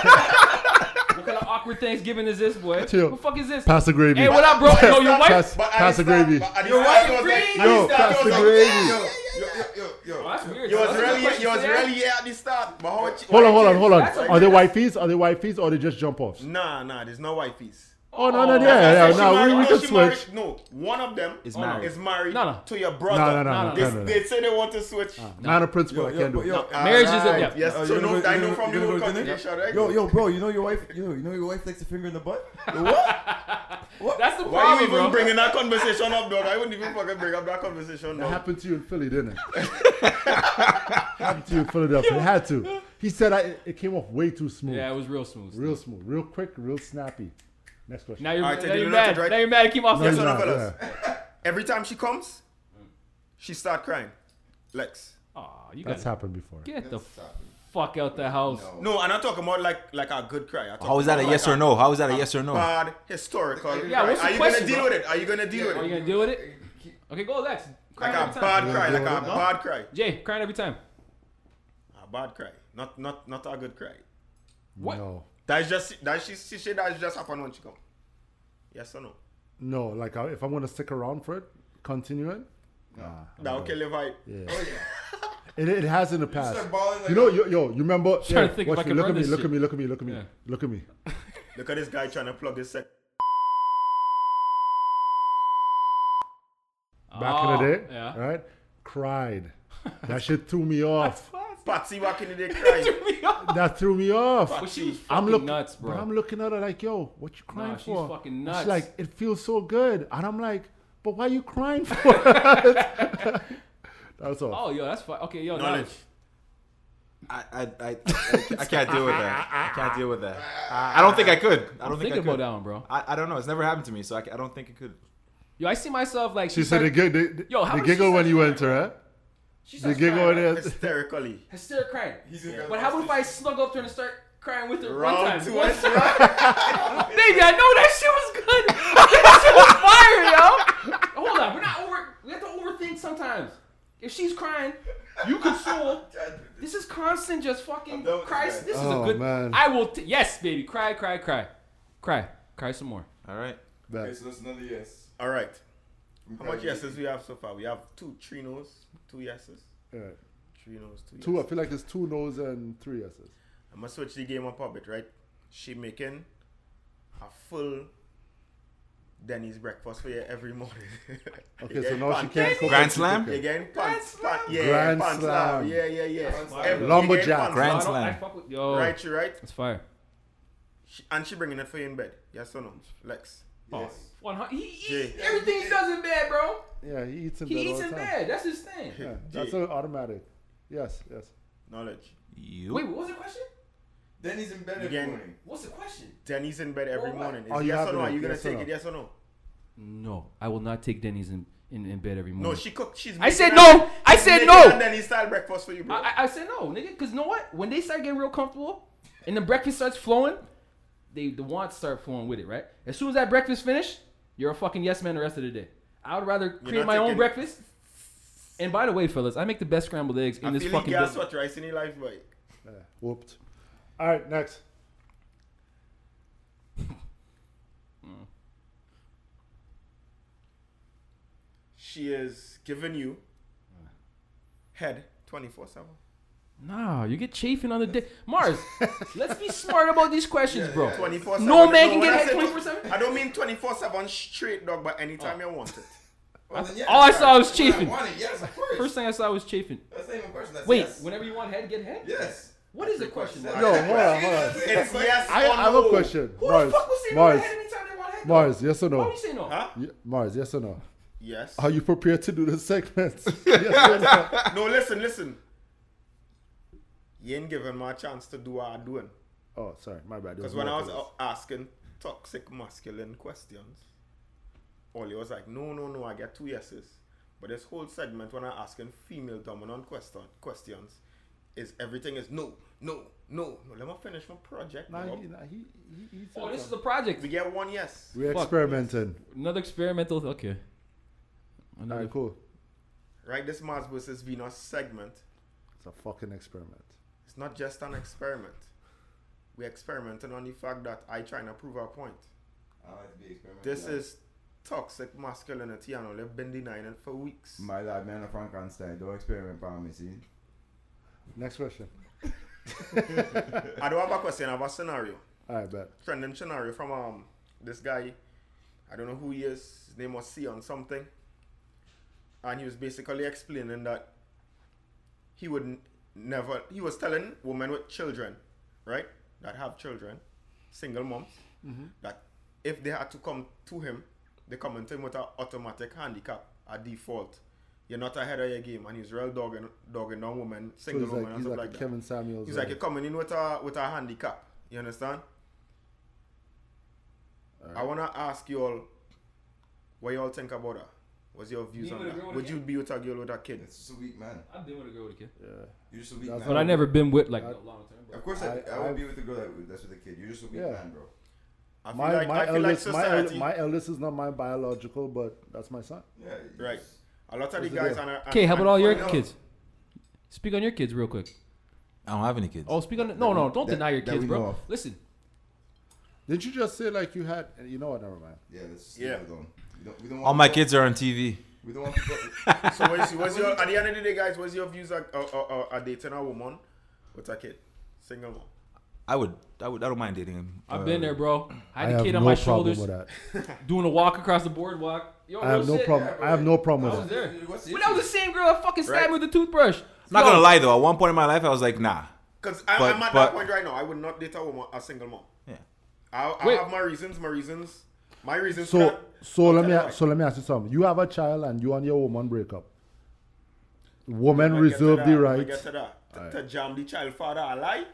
what kind of awkward Thanksgiving is this, boy? Chill. What the fuck is this? Pass the gravy. Hey, what up, bro? Yo, your wife. Pass, But pass the gravy. Your wife was like, agreed. at the Yo, start, pass it was the like, gravy. Yo, yo, yo, yo. Oh, that's weird. You was That's a good really, question you was to ask. really here at the start, but how much? Hold on, hold on, hold on. That's a- Are they wifeys? Are they wifeys or they just jump off? Nah, nah, there's no wifeys. Oh no, no, Oh. yeah, yeah, She no. We, married- we oh, can she switch. Married, no, one of them Is is married. married, No, no. to your No, no, brother. no, no, They, no, no, no. they say they want to switch. Man of principle, I can't do it. yo, Marriage is a- Alright, yeah. Yes, Oh, so you no, know- I you know know- from you the know- whole you know- conversation, right? Yo, yo, bro, you know your wife, you know, you know your wife likes a finger in the butt. Yo, what? That's the Why you problem, even bro. bringing that conversation up, dog? I wouldn't even fucking bring up that conversation, Oh. That dog. happened to you in Philly, didn't it? happened to you in Philadelphia. It had to. He said I, it came off way too smooth. Yeah, it was real smooth. real smooth, real quick, real snappy. Next question. Now you're, Alright, now take you're the mad. noted, right? Now you're mad. Keep off. No, Yes, you're or no, not, fellas? yeah. Every time she comes, she start crying. Lex. Aw, you That's gotta happened before. get the fuck out the house. No, and I'm talking about like like a good cry. I'm talking How is that a about yes like or no? How is that a yes or no? Bad historical. Yeah, what's the Are you question, gonna deal bro? with it? Are you gonna deal Are with you it? gonna deal with it? Okay, go Lex. Cry Like every a time. bad cry, like deal a bad cry, Jay, crying every time. a bad cry. Not not not a good cry. What? No. That's just that she she said that's just happened when she come. Yes or no? No, like I, if I'm gonna stick around for it, continue it. That okay, Levi? Yeah. It, it has in the past. start bawling like you know, a- yo, yo, you remember? trying to think if I watch me, can look run at me, this look shit. at me, look at me, look at me, Yeah. look at me. Look at this guy trying to plug his sec. Back in the day, Oh, Yeah. right? Cried. That shit threw me off. Patsy back in the day crying. that threw me off. But she was fucking I'm looking nuts, bro. But I'm looking at her like, yo, what you crying Nah, she's for? fucking nuts. like, it feels so good, and I'm like, but why you crying for? it?" That's all. oh, yo, that's fine. Okay, yo, Knowledge. knowledge. I, I, I, I can't deal with that. I can't deal with that. I don't think I could. I don't think I Thinking could. about that one, bro. I, I don't know. It's never happened to me, so I, ca- I don't think it could. Yo, I see myself like She said they, started- gig- they, they, Yo, how they does she giggle when say you that? enter, huh? She They starts giggle crying, at right? it. hysterically. Hysteric crying. Yeah. But how about if I snuggle up to her and start crying with her one Round time? two, One that's time. Baby, I know that shit was good. that shit was fire, yo. Hold on, we're not over. We have to overthink sometimes. If she's crying, you console. This is constant, just fucking done with cry. this guy. This is Oh, a good. man. I will. T- yes, baby, cry, cry, cry, cry, cry some more. All right. That- so that's another yes. All right. How much yeses we have so far? We have two three nos, two yeses, yeah. three nos, two. Two, I yeses. feel like it's two no's and three yeses. I'm gonna switch the game up a bit, right? She making a full Denny's breakfast for you every morning. Okay, so now she can't cook. Grand and she Slam? cooking. You're getting pan, pan, yeah, Grand pan Slam. Yeah, yeah, yeah. Slam. Every- Lumberjack. you getting pan Grand I don't- Slam. I fuck with- yo, Right, you right. that's fire. She, and she bringing it for you in bed. Yes or no, Lex? Oh. One hun- he eats Jay. everything he does in bed, bro. Yeah, he eats in bed. He eats all in the time. bed. That's his thing. Yeah, that's an automatic. Yes, yes. Knowledge. You. Wait, what was the question? Then he's in bed every Again. morning. What's the question? Denny's in bed every Oh, what? morning. Is Oh, it you yes have or no? it. Are you gonna Yes or take no? Mm. it? Yes or no? No, I will not take Denny's in, in, in bed every morning. No, she cooked. She's. I said making no! a- I she's said making no! a Denny's style breakfast for you, bro. I, I, I said no, nigga, because you know what? When they start getting real comfortable and the breakfast starts flowing, they the wants start flowing with it, right? As soon as that breakfast finish, you're a fucking yes man the rest of the day. I would rather create not my own taking- breakfast. And by the way, fellas, I make the best scrambled eggs in I this feel fucking he gas business. what rice in his life, boy. Yeah, whooped. All right, next. She is giving you head 24 7. Nah, you get chafing on the dick. Mars, let's be smart about these questions, bro. 24 7. No man can get head 24/7? I don't mean 24 7 straight, dog, but Oh. anytime you want it. Well, Oh, then, yeah, All Oh, I that's saw right. was When I chiefing. want it, Yes, of course. First thing I saw was chafing. That's not even a question. That's Wait, yes. whenever you want head, get head? Yes. What is the question? Yo, Mars? Yo, hold on, hold on. It's yes I, or I have Oh, no. a question. Who Mars, the fuck was saying Mars, head anytime they want head? though? Mars, yes or Why no? would you say no? Ye- Mars, yes or no? Yes. Are you prepared to do the segments? yes or no? No, listen, listen. You ain't giving me a chance to do what I'm doing. Oh, sorry, my bad. Because when I was a- asking toxic masculine questions, Ollie was like, no, no, no, I get two yeses. But this whole segment when I'm asking female dominant question, questions is everything is no, no, no, no. Let me finish my project. Nah, bro. he, nah, he, he, he said Oh, this is something. a project. we get one yes. We're fuck. experimenting. Another experimental. Okay. All Another right, cool. Right? This Mars versus Venus segment It's a fucking experiment. It's not just an experiment. We're experimenting on the fact that I trying to prove a point. I like to be experimental. This is toxic masculinity and I've been denying it for weeks. my lad, man of Frankenstein. Don't experiment on me, see. Next question. I do have a question, I have a scenario. All right, bet. Trending scenario from um this guy, I don't know who he is, his name was C on something. And he was basically explaining that he would n- never he was telling women with children, right? That have children, single moms, Mm-hmm. that if they had to come to him, they come into him with an automatic handicap, a default. You're not ahead of your game, and he's real dogging, dogging down women, So single he's women, like, and he's stuff like, like a that. Kevin Samuels. He's right? like, you're coming in with a with a handicap. You understand? I wanna ask you all what you all think about that. What's your views You on would agree that? with Would him? you be with a girl with a kid? It's just a weak man. I've been with a girl with a kid, You're just a weak That's man. but I never been with like I- a long term. bro. Of course, I, I, I- would I- be with the girl that, that's with the kid. You're just a weak Yeah. man, bro. I feel My like my I feel like eldest my, el- society. my eldest is not my biological, but that's my son. Yeah. you right. just- A lot of the the guys deal? on our. Okay, how about all your find out. kids? Speak on your kids real quick. I don't have any kids. Oh, speak on no, no, don't that- deny your that kids, we know bro. of. Listen, Didn't you just say like you had? You know what? Never mind. Yeah. Let's just Yeah. leave it alone. We don't, we don't want All my people- kids are on TV. We don't want people. So what's, what's your at the end of the day, guys? What's your views on uh, uh, uh, dating a woman with a kid, single one? I would, I would, I don't mind dating him. I've Uh, been there, bro. I I had a have kid no on my problem shoulders with that. doing a walk across the boardwalk. Yo, I have real no shit. problem. I have no I problem with was that. there. What's the But that was issue? the same girl that fucking stabbed Right. me with a toothbrush. I'm not Yo, gonna lie though. At one point in my life, I was like, nah. Because I'm, But- I'm at but- that point right now. I would not date a woman, a single mom. Yeah. I, I Wait. have my reasons, my reasons, my reasons. for So that. so let tell me you a- why. so let me ask you something. You have a child and you and your woman break up. Women When I get to reserve that, the when I right. get to that, to, to jam the child father a lie.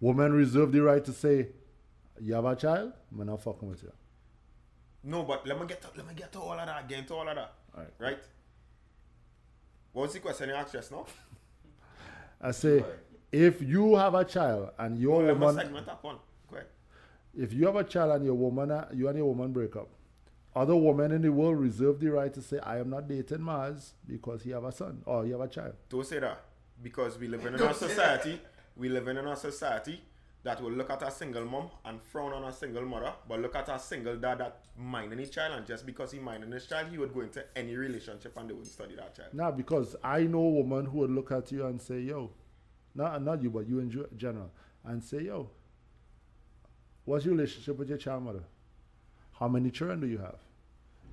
Women reserve the right to say, "You have a child. We're not fucking with you." No, but let me get to, let me get to all of that again. To all of that. Alright. Right. What was the question you asked just now? I say, if you have a child and your Let me woman, segment up on. Go ahead. if you have a child and your woman, uh, you and your woman break up, other women in the world reserve the right to say, "I am not dating Mars because he have a son or he have a child." Don't say that because we live in a society. We live in a society that will look at a single mom and frown on a single mother, but look at a single dad that minding his child, and just because he minding his child, he would go into any relationship and they wouldn't study that child. Now, because I know a woman who would look at you and say, "Yo," not not you, but you in ge- general, and say, "Yo, what's your relationship with your child mother? How many children do you have?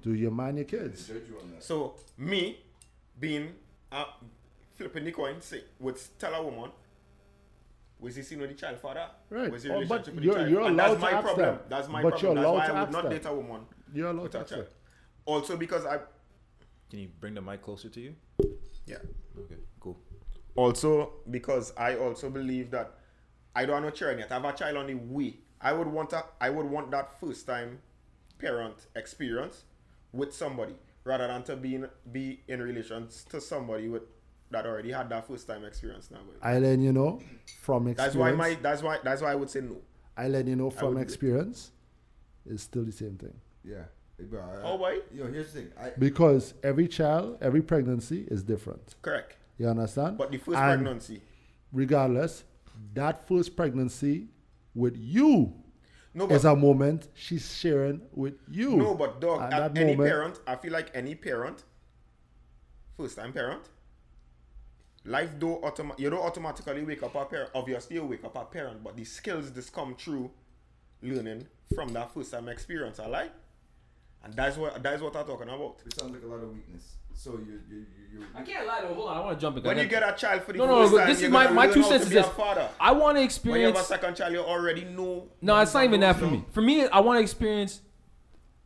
Do you mind your kids?" Judge you on that. So me, being uh, flipping the coin, say, would tell a woman, was he seen with the child father? Right. Was he Oh, relationship but with you're- the child? you're and allowed that's my to ask problem. that. That's my But problem. you're That's allowed why to I ask would not that. date a woman You're allowed with to a ask child. that. Also because I Can you bring the mic closer to you? yeah. Okay, cool. also because I also believe that I don't have no children yet. I have a child on the way. I would want a, I would want that first time parent experience with somebody rather than to be in, be in relations to somebody with that already had that first time experience now. with. I let you know from experience. That's why my that's why that's why I would say no. I let you know from would- experience. It's still the same thing Yeah. Hey, bro, I, Oh, boy. Yo, here's the thing. I, because every child, every pregnancy is different. Correct. You understand? But the first And pregnancy. regardless, that first pregnancy with you No, but is a moment she's sharing with you. No, but dog, At at that any moment- parent, I feel like any parent, first time parent, life do automa- you don't automatically wake up a parent. Obviously, you wake up a parent, but the skills this come through learning from that first time experience, I like. And that's what that's what I'm talking about. it sounds like a lot of weakness. So you you you I you. can't lie though. Hold on, I want to jump in. When you get a child for the no, first no, no, time, but this you're is my, gonna my learn two how cents. to Is be a this. father. I want to When you have a experience. second child, you already know. No, it's not even that for me. For me, I want to experience.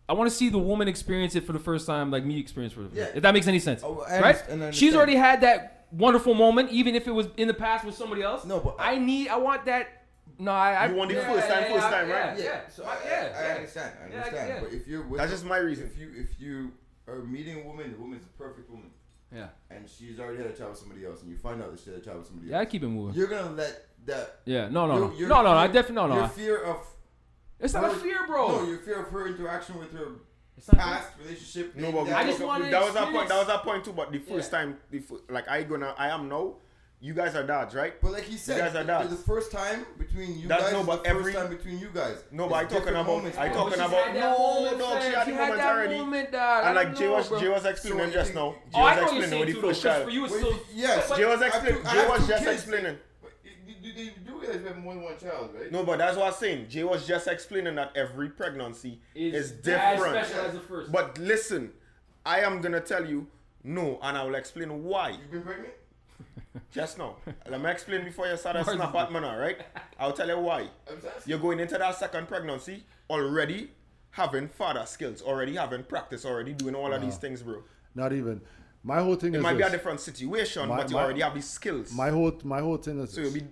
I want to see the woman experience it for the first time, like me experience for the first Yeah. time. If that makes any sense, Oh, I right? understand- I She's understand. already had that wonderful moment, even if it was in the past with somebody else. No, but- I need. I want that. No, I. I You want the first time, first I- time, yeah, right? Yeah. So My- I, I, yeah, I yeah. understand. I Yeah, understand. yeah. But if you're with That's just my reason. If you if you are meeting a woman, the woman's a perfect woman, Yeah. and she's already had a child with somebody else, and you find out that she had a child with somebody Yeah. I else, keep it moving. you're gonna let that. Yeah. No, no, no, your- your no, no, no. I fear- definitely no, no. Your I- fear of It's not a her- fear, bro. No, your fear of her interaction with her It's not a fear. past relationship. No, being but that- I just wanna that was our experience- point. That was our point too. But the first Yeah. time, the fir- like I gonna, I am now. You guys are dads, right? But like he said, guys are the, dads. the first time between you That's guys, no, is but the every- first time between you guys. No, It's but I talking different about- moments, I bro. talking She's about- had that No, moment, no, fam. she had She the had moments that already. moment, dog. I And like don't Jay know, was, bro. Jay was explaining So just you- now. Jay Oh, was I know what you're explaining saying with the too, though. first 'cause For child. you, it's Wait, still yes, but- Jay was I have explaining. two- I Jay have was two just kids. explaining. But you- you- you do realize we have more than one child, right? No, but that's what I'm saying. Jay was just explaining that every pregnancy Is is that different. special as the first? But listen, I am gonna tell you no, and I will explain why. You've been pregnant? Just now, let me explain before you start a snap at me now, right? I'll tell you why. I'm just asking. You're going into that second pregnancy already having father skills, already having practice, already doing all of these things, bro. Not even. My whole thing is It might be a this. different situation, My- but you my- already have these skills. My whole my whole thing is so you'll this. be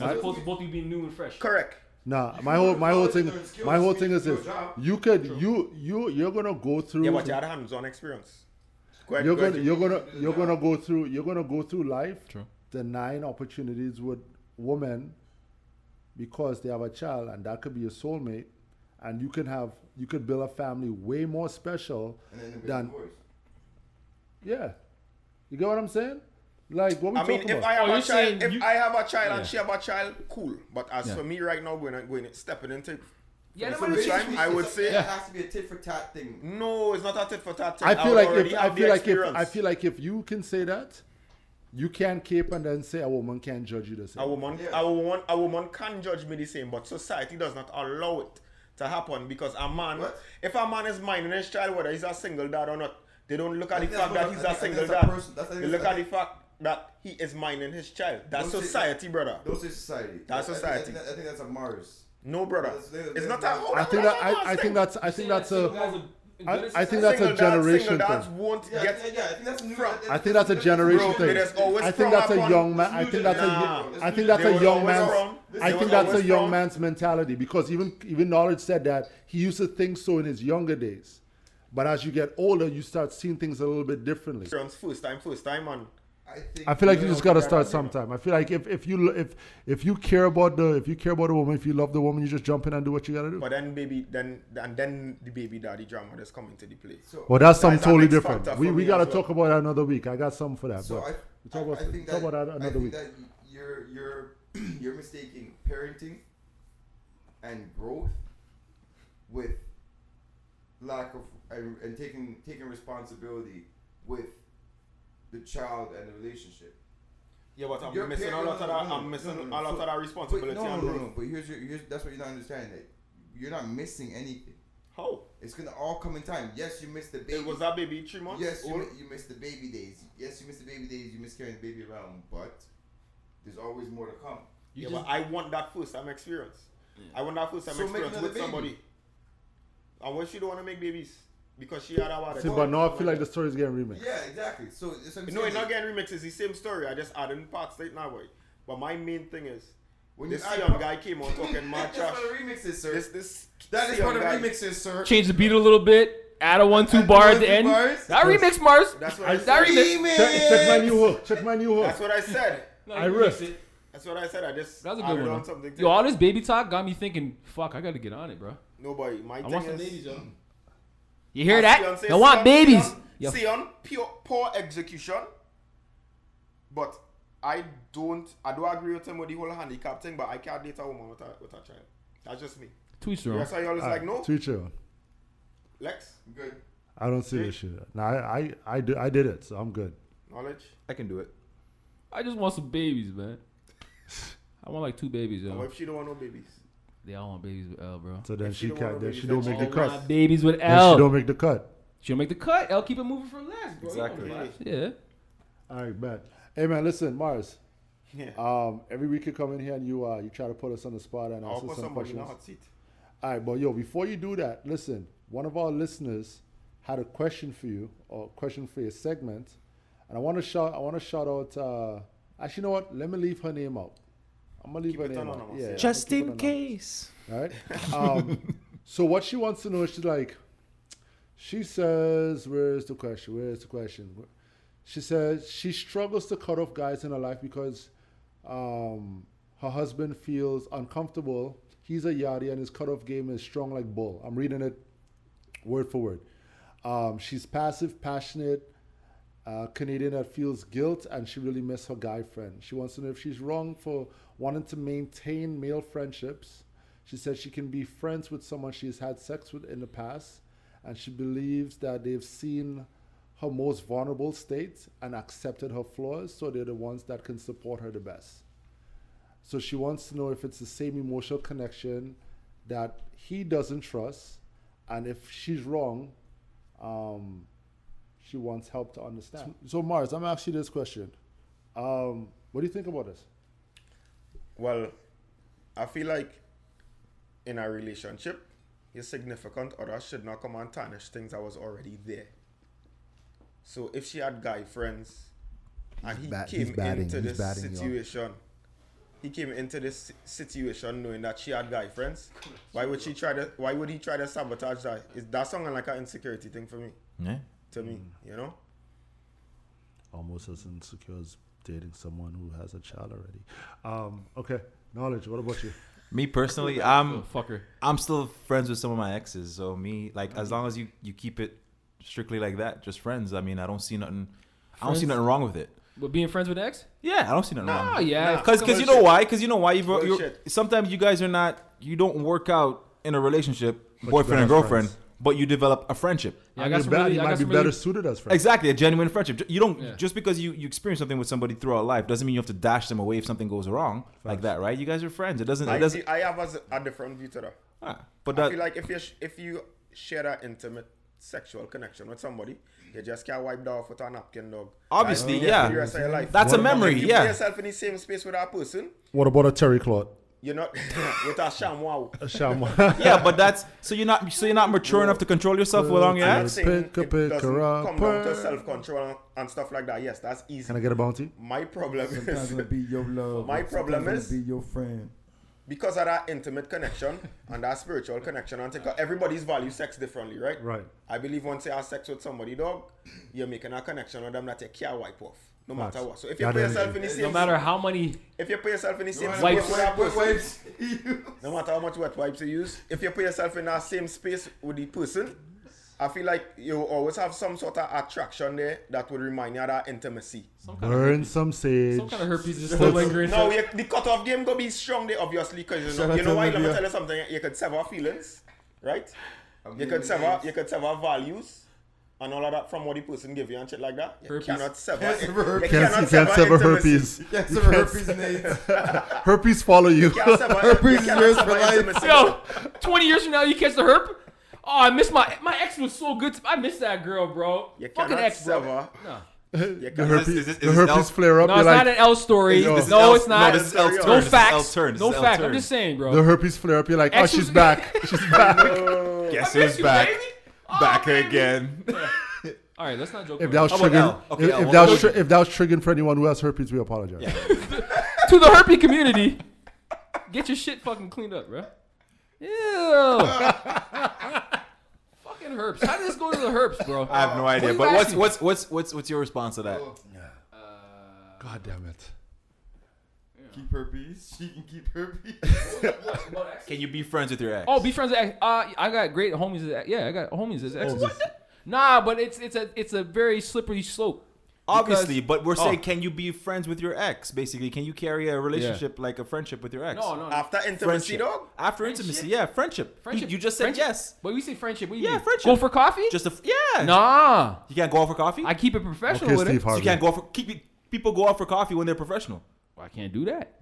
As opposed to both of you being new and fresh. correct. nah. My whole my whole thing Skills, skills, my whole thing is skills, this. job. You could you you you're gonna go through. Yeah, but you had hands on experience. Go ahead, you're go ahead, gonna Jim. you're gonna you're gonna go through you're gonna go through life True. denying opportunities with women because they have a child and that could be your soulmate and you can have you could build a family way more special And then they'll than be divorced. yeah you get what I'm saying like what we I mean, talking if I about have Oh, a you're saying child, if you- I have a child Yeah. and she have a child, cool. But as Yeah. for me right now, going and going stepping into Yeah, It's nobody a teach time. I would say- it has to be a tit for tat thing. no, it's not a tit for tat. thing. I feel would like already if I have the feel like if I experience. feel like if you can say that you can't cape and then say a woman can't judge you the same A woman, Yeah. a woman, a woman can judge me the same, but society does not allow it to happen because a man, What? if a man is minding his child, whether he's a single dad or not, they don't look at the I think fact that's that what- he's I a think- I think single that's a dad. person- that's- I think They look that's- at the fact that he is minding his child. That's Don't say- society, brother. Don't say society. That's I- I- society. I, think- I think that's a Mars. No, brother. That's- that's- It's not that's- a. oh, I that's think not that a man's I, I thing. think that's I think that's a I, I think that's a Single dad- single generation dads thing won't Yeah, get yeah, yeah, I think that's new. From- I think that's a generation Bro, thing. it is always I think frowned that's a upon. young man. I think that's Nah. a I think that's They a was young always man's. frowned. I They think was that's a always young frowned. man's mentality because even even knowledge said that he used to think so in his younger days, but as you get older, you start seeing things a little bit differently. experience first time, first time, man. I, think I feel like you we're just on gotta track. start sometime. I feel like if, if you lo- if if you care about the if you care about the woman, if you love the woman, you just jump in and do what you gotta do. But then baby, then and then the baby daddy drama that's coming to the play. So, Well, that's That's something an totally X different. factor We for we me gotta as well. talk about it another week. I got something for that. so but I, we'll talk about I, I think talk that, about that I another think week. that you're you're you're mistaking parenting and growth with lack of and, and taking taking responsibility with the child and the relationship. Yeah, but I'm Your missing a parent- lot of that. no, no, I'm no, missing no, no, a lot so- of that But responsibility. no, no, and no, role. no. But here's your, here's that's what you're not understanding. That you're not missing anything. How? It's gonna all come in time. Yes, you missed the baby. It was that baby three months Yes, you, old. mi- you missed the baby days. Yes, you missed the baby days. You miss carrying the baby around, but there's always more to come. yeah, but I want that first time experience. I want that first time So make experience another with baby. somebody. And what she don't want to make babies because she had about it. See, but now I feel like the story is getting remixed. Yeah, exactly. So that's what I'm No, saying. it's not getting remixes. The same story. I just added parts to it now, boy. But my main thing is When this add young pro- guy came out talking mad That's trash. for the remixes, sir. This this that is young for the guy- remixes, sir. Change the beat a little bit. Add a one two bar at the end. Bars. That remix Mars. That's what I That said. remix. Check, check my new hook. Check my new hook. That's what I said. No, I you riffed. remixed it. That's what I said. I just That was a added good on one. something. Yo, all this baby talk got me thinking. Fuck, I gotta get on it, bro. Nobody. My I thing want some is, babies, yo. You hear that? Beyonce, I want Ah, Sion- babies. Sion- Yo, Sion, pure poor execution. But I don't. I do agree with him with the whole handicap thing, but I can't date a woman with a, with a child. That's just me. tweets wrong. That's why y'all is All like, right, no, to each your own. Lex, Good. I don't see the shit. Nah, I, I, I, do, I did it, so I'm good. knowledge. I can do it. I just want some babies, man. I want like two babies, What yo. if she don't want no babies? They all want babies with L, bro. So then If she she don't can't. wanna Then be she don't make the sexual, cut. My babies with Then she L. don't make the cut. She'll make the cut. L keep it moving from last, bro. You know Exactly. what? Yeah. All right, man. Hey, man, listen, Mars. Yeah. Um, every week you come in here and you uh, you try to put us on the spot and I'll answer put some somebody in a questions. hot seat. All right, but yo, before you do that, listen. One of our listeners had a question for you, or question for your segment, and I want to shout. I want to shout out. Uh, actually, you know what? Let me leave her name out. I'm gonna leave Keep her it name out. anonymous, Yeah, yeah. just in case. All right. Um, so what she wants to know is she's like, she says, "Where's the question? Where's the question?" She says she struggles to cut off guys in her life because um, her husband feels uncomfortable. He's a yachty and his cutoff game is strong like bull. I'm reading it word for word. Um, she's passive, passionate, uh, Canadian that feels guilt and she really misses her guy friend. She wants to know if she's wrong for wanting to maintain male friendships. She says she can be friends with someone she's had sex with in the past and she believes that they've seen her most vulnerable state and accepted her flaws, so they're the ones that can support her the best. So she wants to know if it's the same emotional connection that he doesn't trust, and if she's wrong, um, she wants help to understand. So Mars, I'm asking you this question: um, What do you think about this? Well, I feel like in a relationship, your significant other should not come and tarnish things that was already there. So if she had guy friends and he bat- he's came batting, into he's this batting, y'all. situation, he came into this si- situation knowing that she had guy friends. Why would she try to? Why would he try to sabotage that? Is that sounding like an insecurity thing for me? Yeah. Mm. To me, you know. almost as insecure as dating someone who has a child already. Um, okay, knowledge. What about you? Me personally, um, I'm fucker. I'm still friends with some of my exes. So me, like, as long as you you keep it strictly like that, just friends. I mean, I don't see nothing. I don't see Friends? nothing wrong with it. But being friends with an ex? Yeah, I don't see nothing wrong. Oh with it. yeah. Cause, cause you know why? Cause you know why? You've, you're, Bullshit. sometimes you guys are not. You don't work out in a relationship, you boyfriend and guys are girlfriend, friends. but you develop a friendship. Yeah, I And got you're some bad- really- you I might got be some better really- suited as friends. Exactly, a genuine friendship. You don't Yeah. just because you you experience something with somebody throughout life doesn't mean you have to dash them away if something goes wrong like that, right? You guys are friends. It doesn't. It I, doesn't. I have a, a different view to that. ah, but I that feel like if you sh- if you share that intimate sexual connection with somebody, you just can't wipe that off with a napkin, dog. Obviously, Like, you yeah. for the rest of your life. That's a But memory, If you yeah. put yourself in the same space with that person, What about a terry cloth? you're not with a sham wow. Sham. yeah, but that's so you're not so you're not mature enough to control yourself for long I'm not yet. Yes. saying Pick a it doesn't picker come up. down to self control and stuff like that. Yes, that's easy. Can I get a bounty? My problem Sometimes is it'll be your love. My problem sometimes is- it'll be your friend. because of that intimate connection and that spiritual connection. And think of- everybody's value sex differently, right? Right. I believe once you have sex with somebody, dog, you're making a connection with them that you can't wipe off, no matter Facts. what. So if you That put yourself energy. in the same, No matter how many if you put yourself in the same Wipes. space with that person, Waves. You- no matter how much wet wipes you use, if you put yourself in that same space with the person, I feel like you always have some sort of attraction there that would remind you of that intimacy. some kind of Burn some sage. some kind of herpes is still lingering. No, you, the cutoff game gonna be strong there, obviously, because you Shout know, out you know to why. Let me Olivia. tell you something. You could sever feelings, right? You could sever, you could sever values. And all of that from what the person give you and shit like that. You Herpes. cannot sever. Can't sever you herpes. Can't, you cannot can't sever intimacy. herpes. Yes, You sir, can't herpes se- and AIDS. herpes follow you. You can't sever Herpes you is cannot yours sever for life. intimacy. Yo, 20 years from now, you catch the herp? Oh, I miss my my ex was so good. To, I miss that girl, bro. You Fucking cannot ex, bro. sever. No, You The cannot herpes, is this- is the this herpes elf- flare up. no, you're it's like, not an L story. Yo. No, This is L- it's not. no, this is L No turn. No This is L facts. turn. This No is L facts. I'm turn. just saying, bro. the herpes flare up. You're like, oh, Ex she's was- back. She's back. Guess I miss who's you, back? baby. Oh, Back baby. again. All right, let's not joke. If that about was How about triggering, L? Okay, if, L, if what that was was tri- it? if that was triggering for anyone who has herpes, we apologize. it. to the herpy community. Get your shit fucking cleaned up, bro. Ew. fucking herps. How did this go to the herps, bro? I have no idea. you But what's asking? what's what's what's what's your response to that? God damn it. keep herpes. She can keep herpes. Can you be friends with your ex? Oh, be friends. with ex- Uh, I got great homies. as- Yeah, I got homies as exes. Nah, but it's it's a it's a very slippery slope. obviously. because- But we're saying, Oh. can you be friends with your ex? Basically, can you carry a relationship like a friendship with your ex? No, no, no. After intimacy, Friendship. dog. After Friendship? intimacy, yeah, friendship. friendship. You, you just said friendship. yes. But we say friendship. What do you Yeah, mean? friendship. Go for coffee? Just a f- yeah. nah. You can't go out for coffee. I keep it professional Okay, with Steve it. So Harvey. you can't go out for keep, people go out for coffee when they're professional. Well, I can't do that.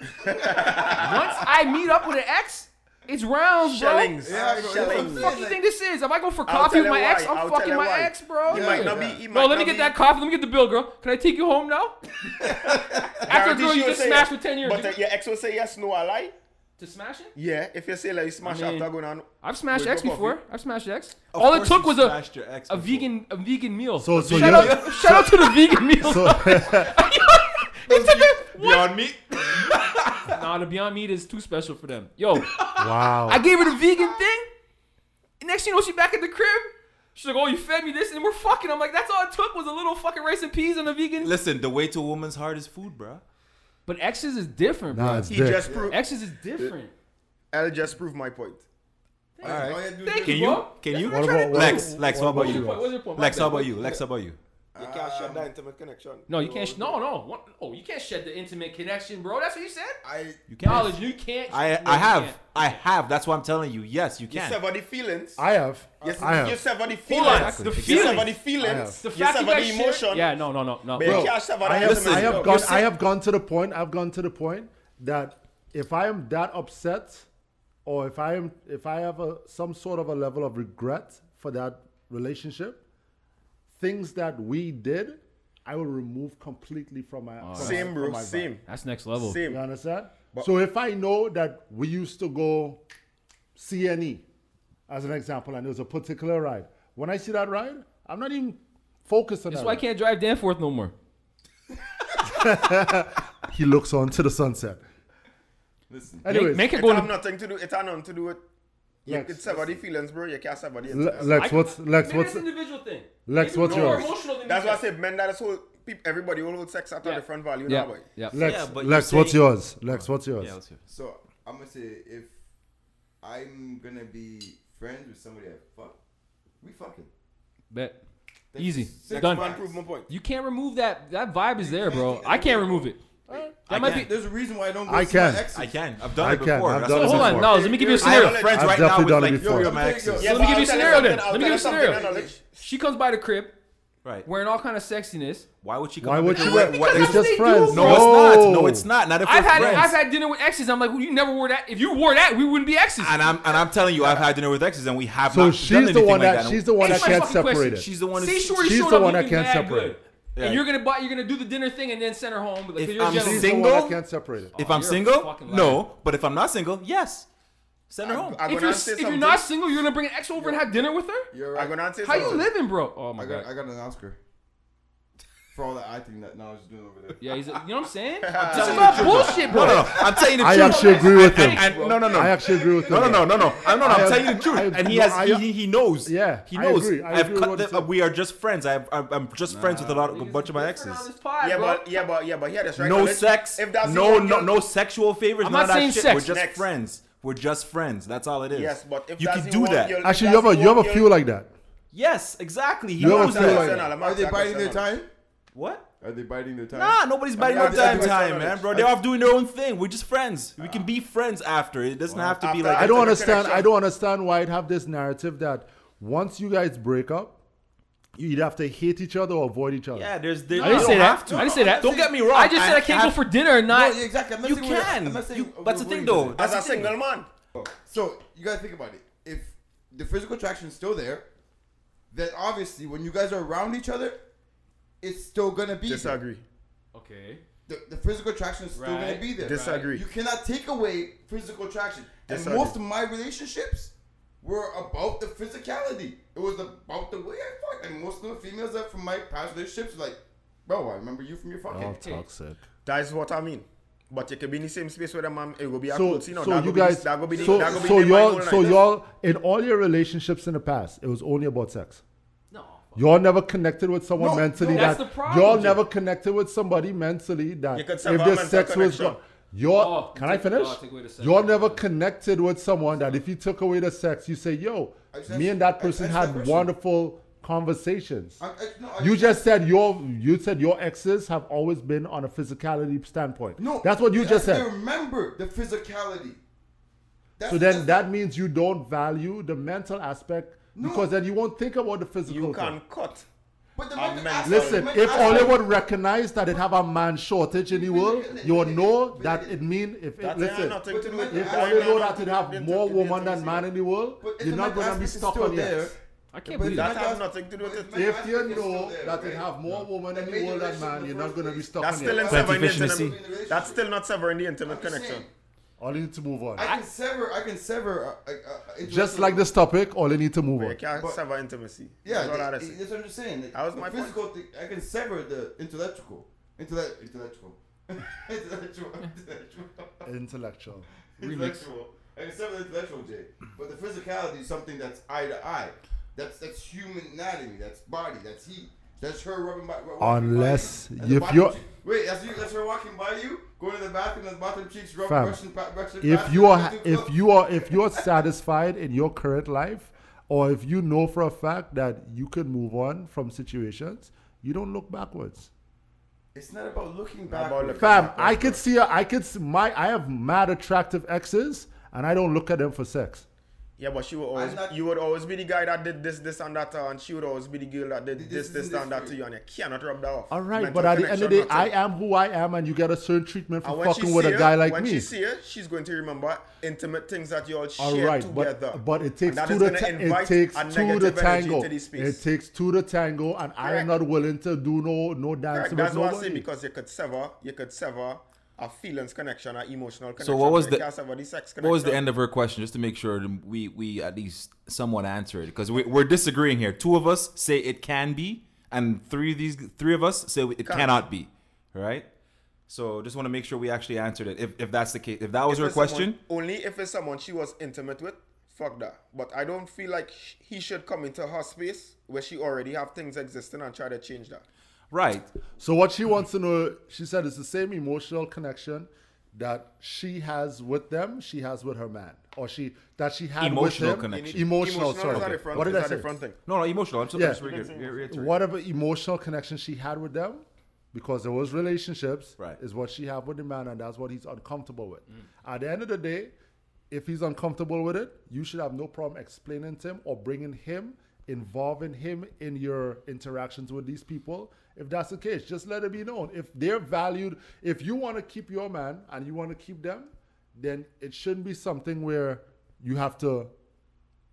Once I meet up with an ex, it's rounds, bro. Shellings. Yeah, bro, What the shellings. yeah. fuck you think this is? If I go for I'll coffee tell with my you ex, why. I'm I'll tell fucking you my why. ex, bro. He might not be. Yeah. He might No, let me not get be- that coffee. Let me get the bill, girl. Can I take you home now? After a Guarantee girl she you will just say smashed yes. with 10 years. But you- uh, your ex will say yes, no, I lie. to smash it? Yeah, if you say like you smash mean- after going on. I've smashed Where's X your coffee? before. I've smashed X. All it took was a your ex before. a vegan a vegan meal. So- so shout, you- out, shout out to the vegan meal. So They took it- Beyond meat. Nah, the Beyond Meat is too special for them. Yo, wow. I gave her the vegan thing. and Next thing you know, she back at the crib. She's like, "Oh, you fed me this, and we're fucking." I'm like, "That's all it took was a little fucking rice and peas and a vegan." Listen, the way to a woman's heart is food, bruh. But X's is different, bro. nah, it's He dick. just proved. X's is different. I'll just prove my point. All right. All you do is Thank Can you, you? bro. Can you? What about what- Lex, Lex, what about What's your point? What's you? your point? Lex, My how bad. about you? Lex, how about you? You can't shut that intimate connection. No, you can't. Sh- no, no. What? Oh, you can't shed the intimate connection, bro. That's what you said. I You can. Knowledge, you can't. I, no, I you have. can't. I have. That's why I'm telling you. Yes, you You can. sever the feelings. I have. Yes, I have. you sever the Hold feelings. on, Exactly. the You You feelings. sever the I feelings. have. The you fact sever that the emotion. Yeah, no, no, no, no. But Bro, you can't sever I the have, intimacy, I have dog. gone. You I have gone to the point. I've gone to the point that if I am that upset, or if I am, if I have a some sort of a level of regret for that relationship, things that we did, I will remove completely from Oh, my. from my- Same, from bro. Oh my vibe. Same. that's next level. You Same. understand? so if I know that we used to go CNE as an example, and there was a particular ride, when I see that ride, I'm not even focused on That's that. why I ride. can't drive Danforth no more. He looks on to the sunset. Listen, anyways, make, make it It go. have To, nothing to do. It have nothing to do with. You Lex. can sever the feelings, bro. You can't sever the Le- intimacy. Lex, I- what's Lex? maybe What's that's an individual thing. Lex, Maybe what's we're more yours? emotional than That's you why I guys. said men that is whole peop everybody will hold sex at a Yeah. different value Yeah. now, boy. Yeah. Lex, Yeah, but Lex, you're what's saying- yours? Lex, what's yours? Yeah, let's hear. So I'm gonna say if I'm gonna be friends with somebody I fuck, we fucking. Bet. Easy. Six Done. Man, prove my point. You can't remove that. That vibe is there, bro. I can't remove it. That I might can't. be. There's a reason why I don't. Go I see my can. exes. I can. I've done I it can. before. I've That's done what it I'm Hold saying. on. No, let me give you a I scenario. have Friends I've right now definitely with done it like before. three of my exes. So let me give you a scenario then. Let me give you a scenario. scenario. She comes by the crib Right. wearing all kind of sexiness. Why would she come? Why up would and you do wear? it? What- It's they just do, friends. No, it's not. No, it's not. Not if we're I've had friends. I've had dinner with exes. I'm like, well, you never wore that. If you wore that, we wouldn't be exes. and I'm and I'm telling you, I've had dinner with exes, and we have So not done she's the anything one like that that. she's the one that Answer my can't fucking question. separate it. She's the one. Say who's- Shorty she's showed the up one that looking can't bad separate good. it. Yeah. And you're gonna buy, you're gonna do the dinner thing and then send her home. Like, If you're I'm jealous. She's the Single? one that can't separate it. If I'm You're a single, fucking liar. no. But if I'm not single, yes. Send her home. I- if When you're, say if you're something- not single, you're gonna bring an ex over and have dinner with her. You're I'm right. gonna answer How you something. living, bro? Oh my I got. god. I got an Oscar. For all that I think that knowledge is doing over there. yeah, he's, you know what I'm saying? This is all bullshit, bro. No, no, no. I'm telling you the I truth. actually agree with And- him. and- No, no, no. I actually agree with you. No, no, no, no, no. I'm not. I I'm ag- telling you the truth, I- and he no, has. I- he, he knows. Yeah, he I knows. agree. I have agree cut with what them. you said. we are just friends. I've, I'm, I'm just friends with a lot, a bunch of my exes. Yeah, but yeah, but yeah, but yeah, that's right. No Now, let's- sex. If that's the no, one no, girl- no sexual favors. I'm none of not that saying shit. sex. We're just Next. friends. We're just friends. That's all it is. Yes, but if you that's can the do one that. girl- if Actually, you that's have a the you have one a girl- few like that. Yes, exactly. He You have a knows feeling that. like- I'm Are not they that biding their personal. time? What? Are they biding their time? Nah, nobody's biting I- our I- damn I- time, I- man, bro. They're off doing their own thing. We're just friends. We can be friends after. It doesn't have to be after like. I don't Internet understand. I connection. don't understand why it have this narrative that once you guys break up, you either have to hate each other or avoid each other. Yeah, there's. there- I didn't you say don't that. have to. I didn't say that. Don't get me wrong. I just said I can't go have- for dinner and not. No, yeah, exactly. I'm not You saying we're- can. I'm not saying You- we're- that's the we're thing, doing though. that. That's As the a thing. single man, So you gotta think about it. If the physical attraction is still there, then obviously when you guys are around each other, it's still gonna be there. disagree. Okay. The, the physical attraction is still gonna Right. be there. Disagree. You cannot take away physical attraction. Disagree. And most of my relationships were about the physicality. It was about the way I fucked. And most of the females that from my past relationships were like, bro, I remember you from your fucking. Oh, toxic. That is what I mean. But you can be in the same space with a man. It will be a So, cool scene. now. so That you go be the- guys, that go be the- so, that go be so the y'all, Bible so night. y'all, in all your relationships in the past, it was only about sex. No. Y'all never connected with someone No, mentally. no. that That's the problem, y'all Jay. never connected with somebody mentally that You could if sever their mental sex was connection. gone. Y'all, Oh, can I take- finish? oh, take away the sex. y'all never connected with someone that if you took away the sex, you say, "Yo, I just- me and that I- person I just had that person. wonderful conversations." I- I- no, I- You just said your you said your exes have always been on a physicality standpoint. No, that's what you just I said. Remember the physicality. That's, So then that's- that means you don't value the mental aspect because then you won't think about the physical. thing. You can cut. But the I mental meant- aspect- Listen, mental if aspect- only would recognize that it have a man shortage in the world, you would know that it mean if it, That's listen. nothing to do with If that. only I know know that it nothing have to more do with woman that. than man in the world, But if you're the not mental gonna be aspect is stuck still on there, it. I can't But believe that. that- That has nothing to do with it. If If- you aspect is know still there, that it right? have more woman in That the made the world than relationship man, in you're the not first gonna be place. stuck That's on still it. not Plenty severing the fish in the intimate. sea. That's still not severing the intimate I'm just connection. saying, All you need to move on. I can sever. I can sever. Uh, uh, uh, Just like this topic, all you need to move But you on. can't But- sever intimacy. Yeah, That's all that, that that's is. what I'm just saying. Like, That was the my point. physical thing. I can sever the intellectual, intellect, intellectual, intellectual, intellectual, Intellectual. intellectual. I can sever the intellectual, Jay. But the physicality is something that's eye to eye. That's that's human anatomy. That's body. That's heat. That's her rubbing by. rubbing by Unless you. And if the bottom you're- cheek- wait, that's you. That's her walking by you, going to the bathroom. The bottom cheeks rubbing, Fam, brushing, pa- brushing. if past you are brushing if clothes. you are if you're satisfied in your current life or if you know for a fact that you can move on from situations you don't look backwards it's not about looking about back. looking fam i could see a, i could s- my i have mad attractive exes and i don't look at them for sex Yeah, but she would always, not- you would always be the guy that did this, this, and that, uh, and she would always be the girl that did this, This this, is and that different. to you, and you cannot rub that off. all right Mental but at the end of the day connection, i nothing. am who i am and you get a certain treatment And for when she fucking with see a her- guy like when me she see her, she's going to remember intimate things that you all all share right, together. but, but it takes And that two is to gonna ta- invite it takes a two to negative energy tango. to the it space. takes two to tango, and I am Correct. not willing to do no no dancing Correct. with That's what I nobody. say because you could sever, you could sever a feelings connection, a emotional connection. what was but the- you can't sever the sex connection? What was the end of her question? Just to make sure that we we at least somewhat answer it because we, we're disagreeing here. Two of us say it can be, and three of these three of us say it cannot be. Right. So just want to make sure we actually answered it. If, if that's the case, if that was If her it's someone- question, only if it's someone she was intimate with, fuck that. But I don't feel like sh- he should come into her space where she already have things existing and try to change that. Right. So what she wants to know, she said, it's the same emotional connection that she has with them, she has with her man, or she that she had Emotional with him. connection. Emotional, sorry. Is that a front, what did is I that say? a front thing? No, no, emotional. I'm so Yeah. yeah. reiterating. Whatever emotional connection she had with them, because there was relationships, Right. Mm. is what she had with the man, and that's what he's uncomfortable with. At the end of the day, if he's uncomfortable with it, you should have no problem explaining to him or bringing him, involving him in your interactions with these people. If that's the case, just let it be known. If they're valued, if you want to keep your man and you want to keep them, then it shouldn't be something where you have to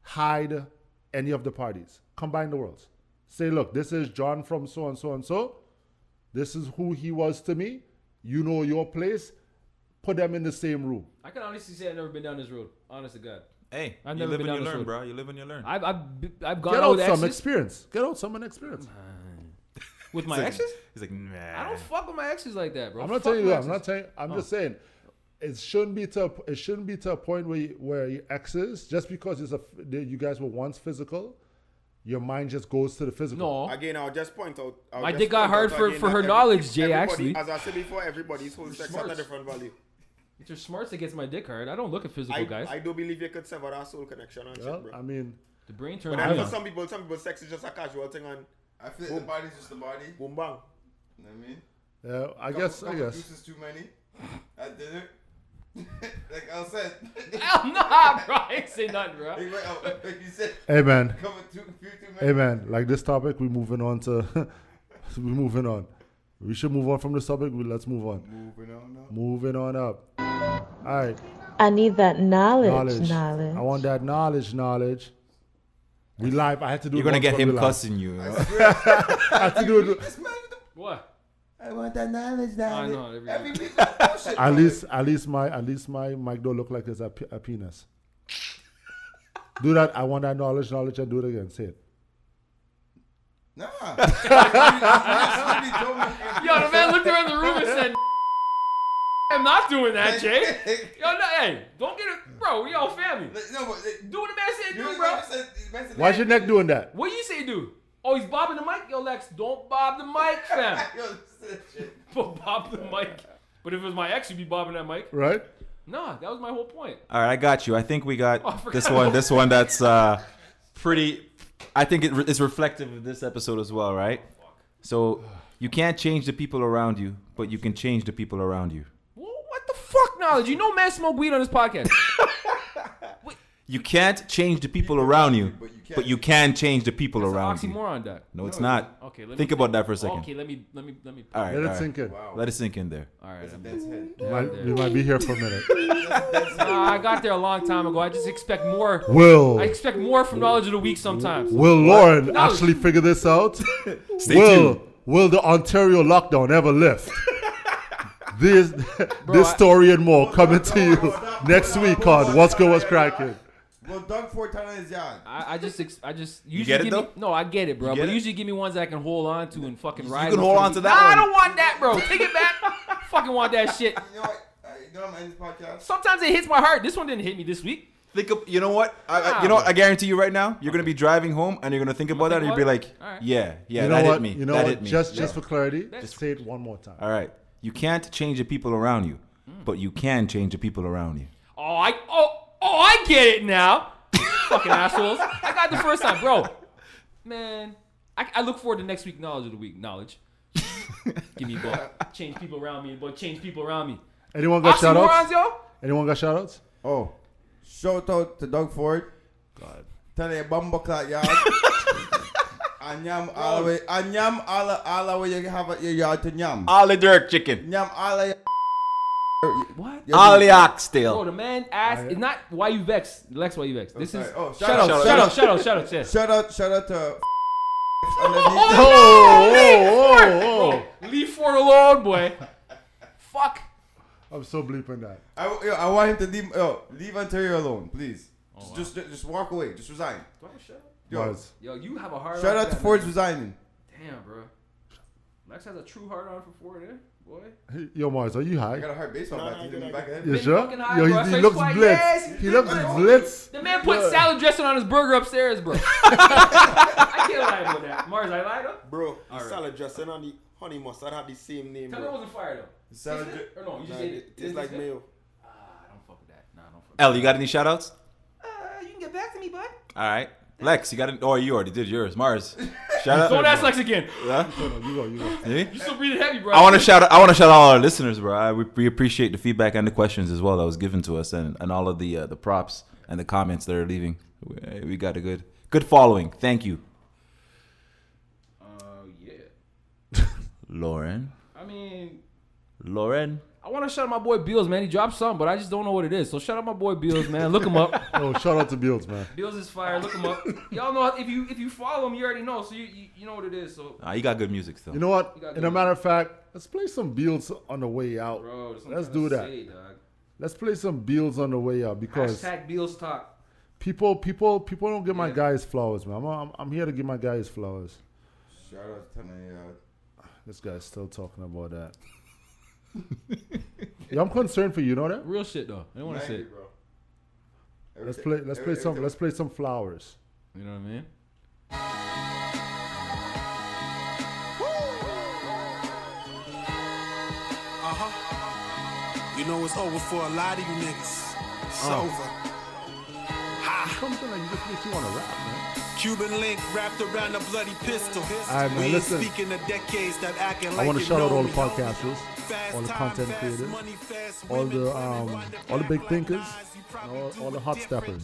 hide any of the parties. Combine the worlds. Say, look, this is John from so and so and so. This is who he was to me. You know your place. Put them in the same room. I can honestly say I've never been down this road. Honest to God. Hey, I've you never live been and down you this learn, road. bro. You live and you learn. I've I've, b- I've gone Get out out with some exes. experience. Get out some experience. With my He's like- exes? He's like, nah. I don't fuck with my exes like that, bro. I'm not Fuck Oh. telling you. my that. I'm exes. not telling. I'm just saying. It shouldn't be to. A, it shouldn't be to a point where you, where your exes just because it's a f- that you guys were once physical, your mind just goes to the physical. No. Again, I'll just point out. I'll My just dick got point hard out for- again for that her every- knowledge, Jay, everybody- actually. As I said before, everybody's whole sex has smart. a different value. It's your smarts that gets my dick hard. I don't look at physical I, Oh, guys. I do believe you could sever our soul connection and Well, shit, bro. I mean, the brain but turned then me for on. some people, some people, sex is just a casual thing and I feel like the body's just the body. You boom bang. know what I mean? yeah, I guess. I Couple guess. juices too many at dinner. like I said. Hell nah, bro. I ain't say nothing, bro. Like, wait, oh, like you said, Amen. couple too, few too many. Hey man, like this topic, we're moving on to we're moving on. We should move on from this topic. We, let's move on. Moving on now. Moving on up. All right, I need that knowledge, knowledge. knowledge. I want that knowledge, knowledge. We live. I had to do. You're it gonna once, get but we him live. cussing you. you know? I had to do it. This man, with the- What? I want that I knowledge, knowledge. know. every- Every week, bullshit. At least, at least my, at least my mic don't look like it's a, pe- a penis. do that. I want that knowledge, knowledge, and do it again. Say it. Nah. You just literally told me- Yo, the man looked around the room and said, I'm not doing that, Jay. Yo, no, hey, don't get it. Bro, we all family. Like, No, but like, Do what the man said you do, know, bro. you said- you mentioned Why's that- your neck doing that? What you say do? Oh, he's bobbing the mic? Yo, Lex, don't bob the mic, fam. Yo, listen to that shit. But bob the mic. But if it was my ex, you'd be bobbing that mic. Right? Nah, that was my whole point. All right, I got you. I think we got Oh, I forgot. this one. This one that's uh, pretty. I think it re- is reflective of this episode as well, right? So you can't change the people around you, but you can change the people around you. Wha- What the fuck knowledge? You know man smoke weed on this podcast. You can't change the people around you, but you can- but you can change the people It's an around you. oxymoron, that. No, it's not. Okay, let me Oh, Think about that for a second. Okay, let me let me let me. All right, Let all it right. sink in. Wow. Let it sink in there. All right, I'm- That's it. We might, we might be here for a minute. Nah, Ah, I got there a long time ago. I just expect more. Will. I expect more from knowledge of the week sometimes. Will Lauren No. actually figure this out? Stay will tuned. Will the Ontario lockdown ever lift? this this I- story and more coming to no, you no, no, next no, week no, on no, What's no, Good no, What's no, Cracking. Well, Doug Fortana is young. I, I just ex- I just usually get it, give me though? no. I get it, bro. You get but it? usually give me ones that I can hold on to and fucking ride. can with hold for on me. to that nah, one. I don't want that, bro. Take it back. fucking want that shit. You know what? Uh, you know I'm ending this podcast. Sometimes it hits my heart. This one didn't hit me this week. Think of you know what? I, I- you Ah. know what? I guarantee you right now, you're gonna be driving home and you're gonna think about that and think you'll be like, about it. All right. yeah, yeah, you know that what? hit me. You know that what? hit me. Just just for clarity, That's- say it one more time. All right. You can't change the people around you, Hmm. but you can change the people around you. Oh, I oh oh I get it now. fucking assholes. I got the first time, bro. Man, I, I look forward to next week. Knowledge of the week. Knowledge. give me a ball. Change people around me, boy. Change people around me. Anyone got shout Oxymorons, outs? yo. Anyone got shout outs? Oh, shout out to Doug Ford. God. Tell you bumbo clock yard. and yam all the way. And yam all, the- all the way you have at your yard to yam. All the dirt chicken. Yam all the What? All the ox Bro, tail. the man asked. It's not why you vex. Lex, why you vex. This sorry. is. Oh, shout out, shout out, shout out, shout out, yes. Shout out, shout out to Oh, no, underneath. oh, Lee oh, Ford. Bro, Leave Ford alone, boy. Fuck. I'm so bleeping that. I, yo, I want him to leave, yo, leave Ontario alone, please. just, just, just walk away. Just resign. Yo, Buzz. Yo, you have a hard on shout out for to that, Ford's resigning. man. Damn, bro. Lex has a true hard on for Ford, eh? boy. Yo, Mars, are you I got high? a hard baseball No, bat. no, He's I in the get back it. of the head. You Been sure? fucking high, Yo, bro. I he, saw he you looks squat. blitz. Yes, he looks blitz. blitz. The man put salad dressing on his burger upstairs, bro. I can't lie about that. Mars, I lied up. Bro, the salad dressing and the honey mustard had the same name, Tell me it bro. wasn't fire though. The salad Is it? dre- Or no, you Nah, just ate it it. tastes like mayo. Ah, don't fuck with that. Nah, don't fuck. L, you got any shout outs? Uh, you can get back to me, bud. All right. Lex, you got any? Oh, you already did yours. Mars. Shout out. Don't ask Lex again. No, no, you go, you go. Eh? You still breathing heavy, bro. I want to shout. Out, I want to shout out all our listeners, bro. I, we, we appreciate the feedback and the questions as well that was given to us, and, and all of the uh, the props and the comments that are leaving. We, eh, we got a good good following. Thank you, Uh, yeah. Lauren. I mean, Lauren. I want to shout out my boy Beals, man. He dropped something, but I just don't know what it is. So shout out my boy Beals, man. Look him up. Oh, shout out to Builds, man. Beals is fire. Look him up. Y'all know if you if you follow him, you already know. So you you, you know what it is. So Ah, you got good music still. You know what? You got In a good. matter of fact, let's play some Builds on the way out. bro, that's what I'm let's trying do to that. say, dog. Let's play some Builds on the way out because Hashtag Beals talk. people, people, people don't give my Yeah. guy his flowers, man. I'm, I'm, I'm here to give my guy his flowers. Shout out to my, uh, This guy's still talking about that. yeah, I'm concerned for you. You know that? Real shit though. I don't want to say. Nike, It. bro. Let's play. Let's play Everything- some. Let's play some flowers. You know what I mean? Uh-huh. You know it's over for a lot of you niggas. It's Oh. over. Something like you just makes you want to rap, man. Cuban link wrapped around a bloody pistol. right, man, we ain't listen. speaking of decades that acting I like want to you shout know out all the me. podcasters, Fast all the time, content fast creators, money, fast all women, the climbing um, round the all the block big like thinkers, lies. You and probably all, do all the it hot different. steppers.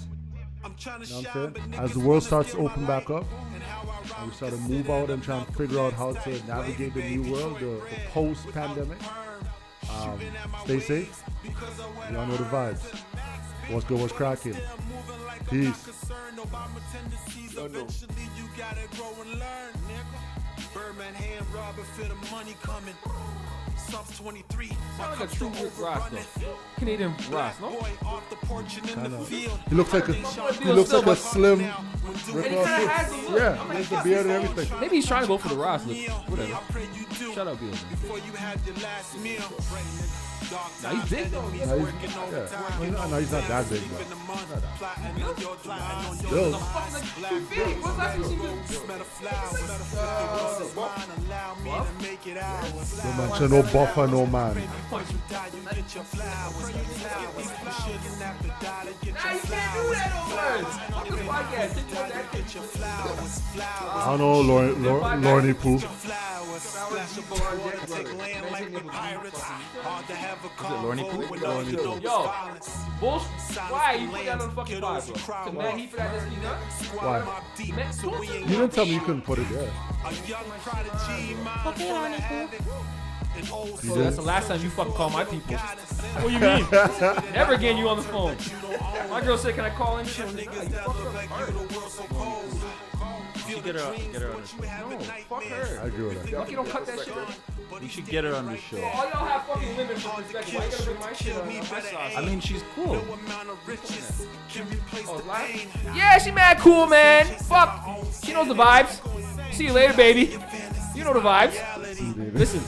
I'm trying to You know what shine, I'm but saying? niggas As the world wanna starts to steal my open back light. up, And how I rock and we start to considered move out a and try and Malcolm figure out how X to type. navigate the new Baby world, the, the Detroit red, without the post-pandemic. perm, shooting at my stay safe. waves because of what Y'all I know the heard vibes. to the max, bitch. What's good? What's But I'm cracking? still moving like I'm not Peace. concerned about my tendencies. Eventually, you gotta grow and learn, nigga. Birdman hand robbing for the money coming. Soft 23. my Sound like a cups true are Rick Ross overrunning. though. Canadian Ross, Black no? boy off the porch and in the field. He looks like a Somebody he else looks still like a was slim. Now, when doing Rick And he Ross. kind of Ross. has the look. Yeah, I'm he has like, the fuck this beard and guy. everything. Maybe he's trying to go for the Ross look. Whatever. I pray you do. Shout out, Bill, man. Before you have your last meal. Dark Nah, he's big, times, though. Nah, enemies he's- working yeah. overtime. Well, no, no, he's not that big, Sleep but- in the month, plotting on your- plotting on your Still. lies. Fuck, like, too big. What's last time you seen him? Smell the flowers. The rose is mine. Allow me to make it ours. No man, show no buffer, no man. Once you die, you get your flowers. Flowers. You shouldn't have to die to get Nah, your you can't do flowers. that on words. Fuck this podcast. Take one Die back. to get your flowers. Flowers. I don't know, Lauren, Lauren, Lauren Poop. Flowers, Flowers, splash Shabar, aboard, Jack take Brother. land Imagine like it the was pirates. fucking- Hard to have a Lorny convo Poop? when all Lorny you know Poop. is Yo. violence. Bullshit. Silence Why the you put that on the lambs, fucking kiddos, pod, bro? and crowd To man, walk. he for that doesn't mean nothing. Squad Why? mob deep, Man, so don't we you ain't You didn't got tell me you shit. couldn't put it there. A young prodigy, mind full of havoc. An old So soul that's the last time you fucking call my people. goddess. What you mean? Never again you on the phone. You don't own My girl said, can I call in? She them said, nah, niggas you that fucked look up. like you. The world so cold. Feel the dreams, what you have No, in fuck nightmares. I her. agree with that. Lucky don't cut that shit up. We should get her on the show. All y'all have fucking women for perspective. Why you gotta bring my shit on? my side? I mean, she's cool. No amount of riches can replace Oh, the it's live? pain. Yeah, she mad cool, man. Fuck. She knows the vibes. See you later, baby. You know the vibes. Listen,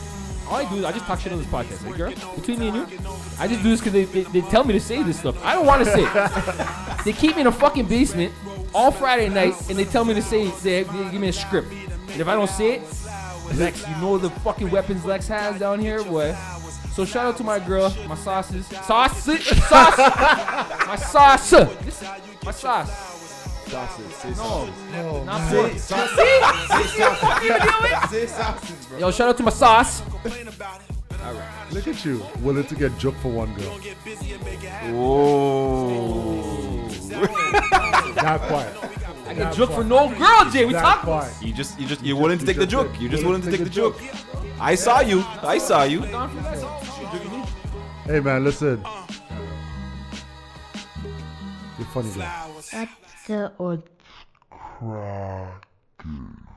all I do is I just talk shit on this podcast, right, girl? Between me and you, I just do this because they, they, they tell me to say this stuff. I don't want to say it. They keep me in a fucking basement all Friday nights, and they tell me to say they, they give me a script. And if I don't say it, Lex, you know the fucking weapons Lex has down here, boy. So shout out to my girl, my sauces, sauce, sauce, my sauce, my sauce. No, not pork. See, see what fuck you doing? Say sausage, bro. Yo, shout out to my sauce. Look at you, willing to get joked for one girl. Not quiet. I get joke for no girl, Jay. We Not talking. quiet. You just, you just, you're willing to You take the just joke. did. You're just You willing to just take the did joke. I saw you. I saw you. Hey man, listen. You're funny, man. What's good? Cracking.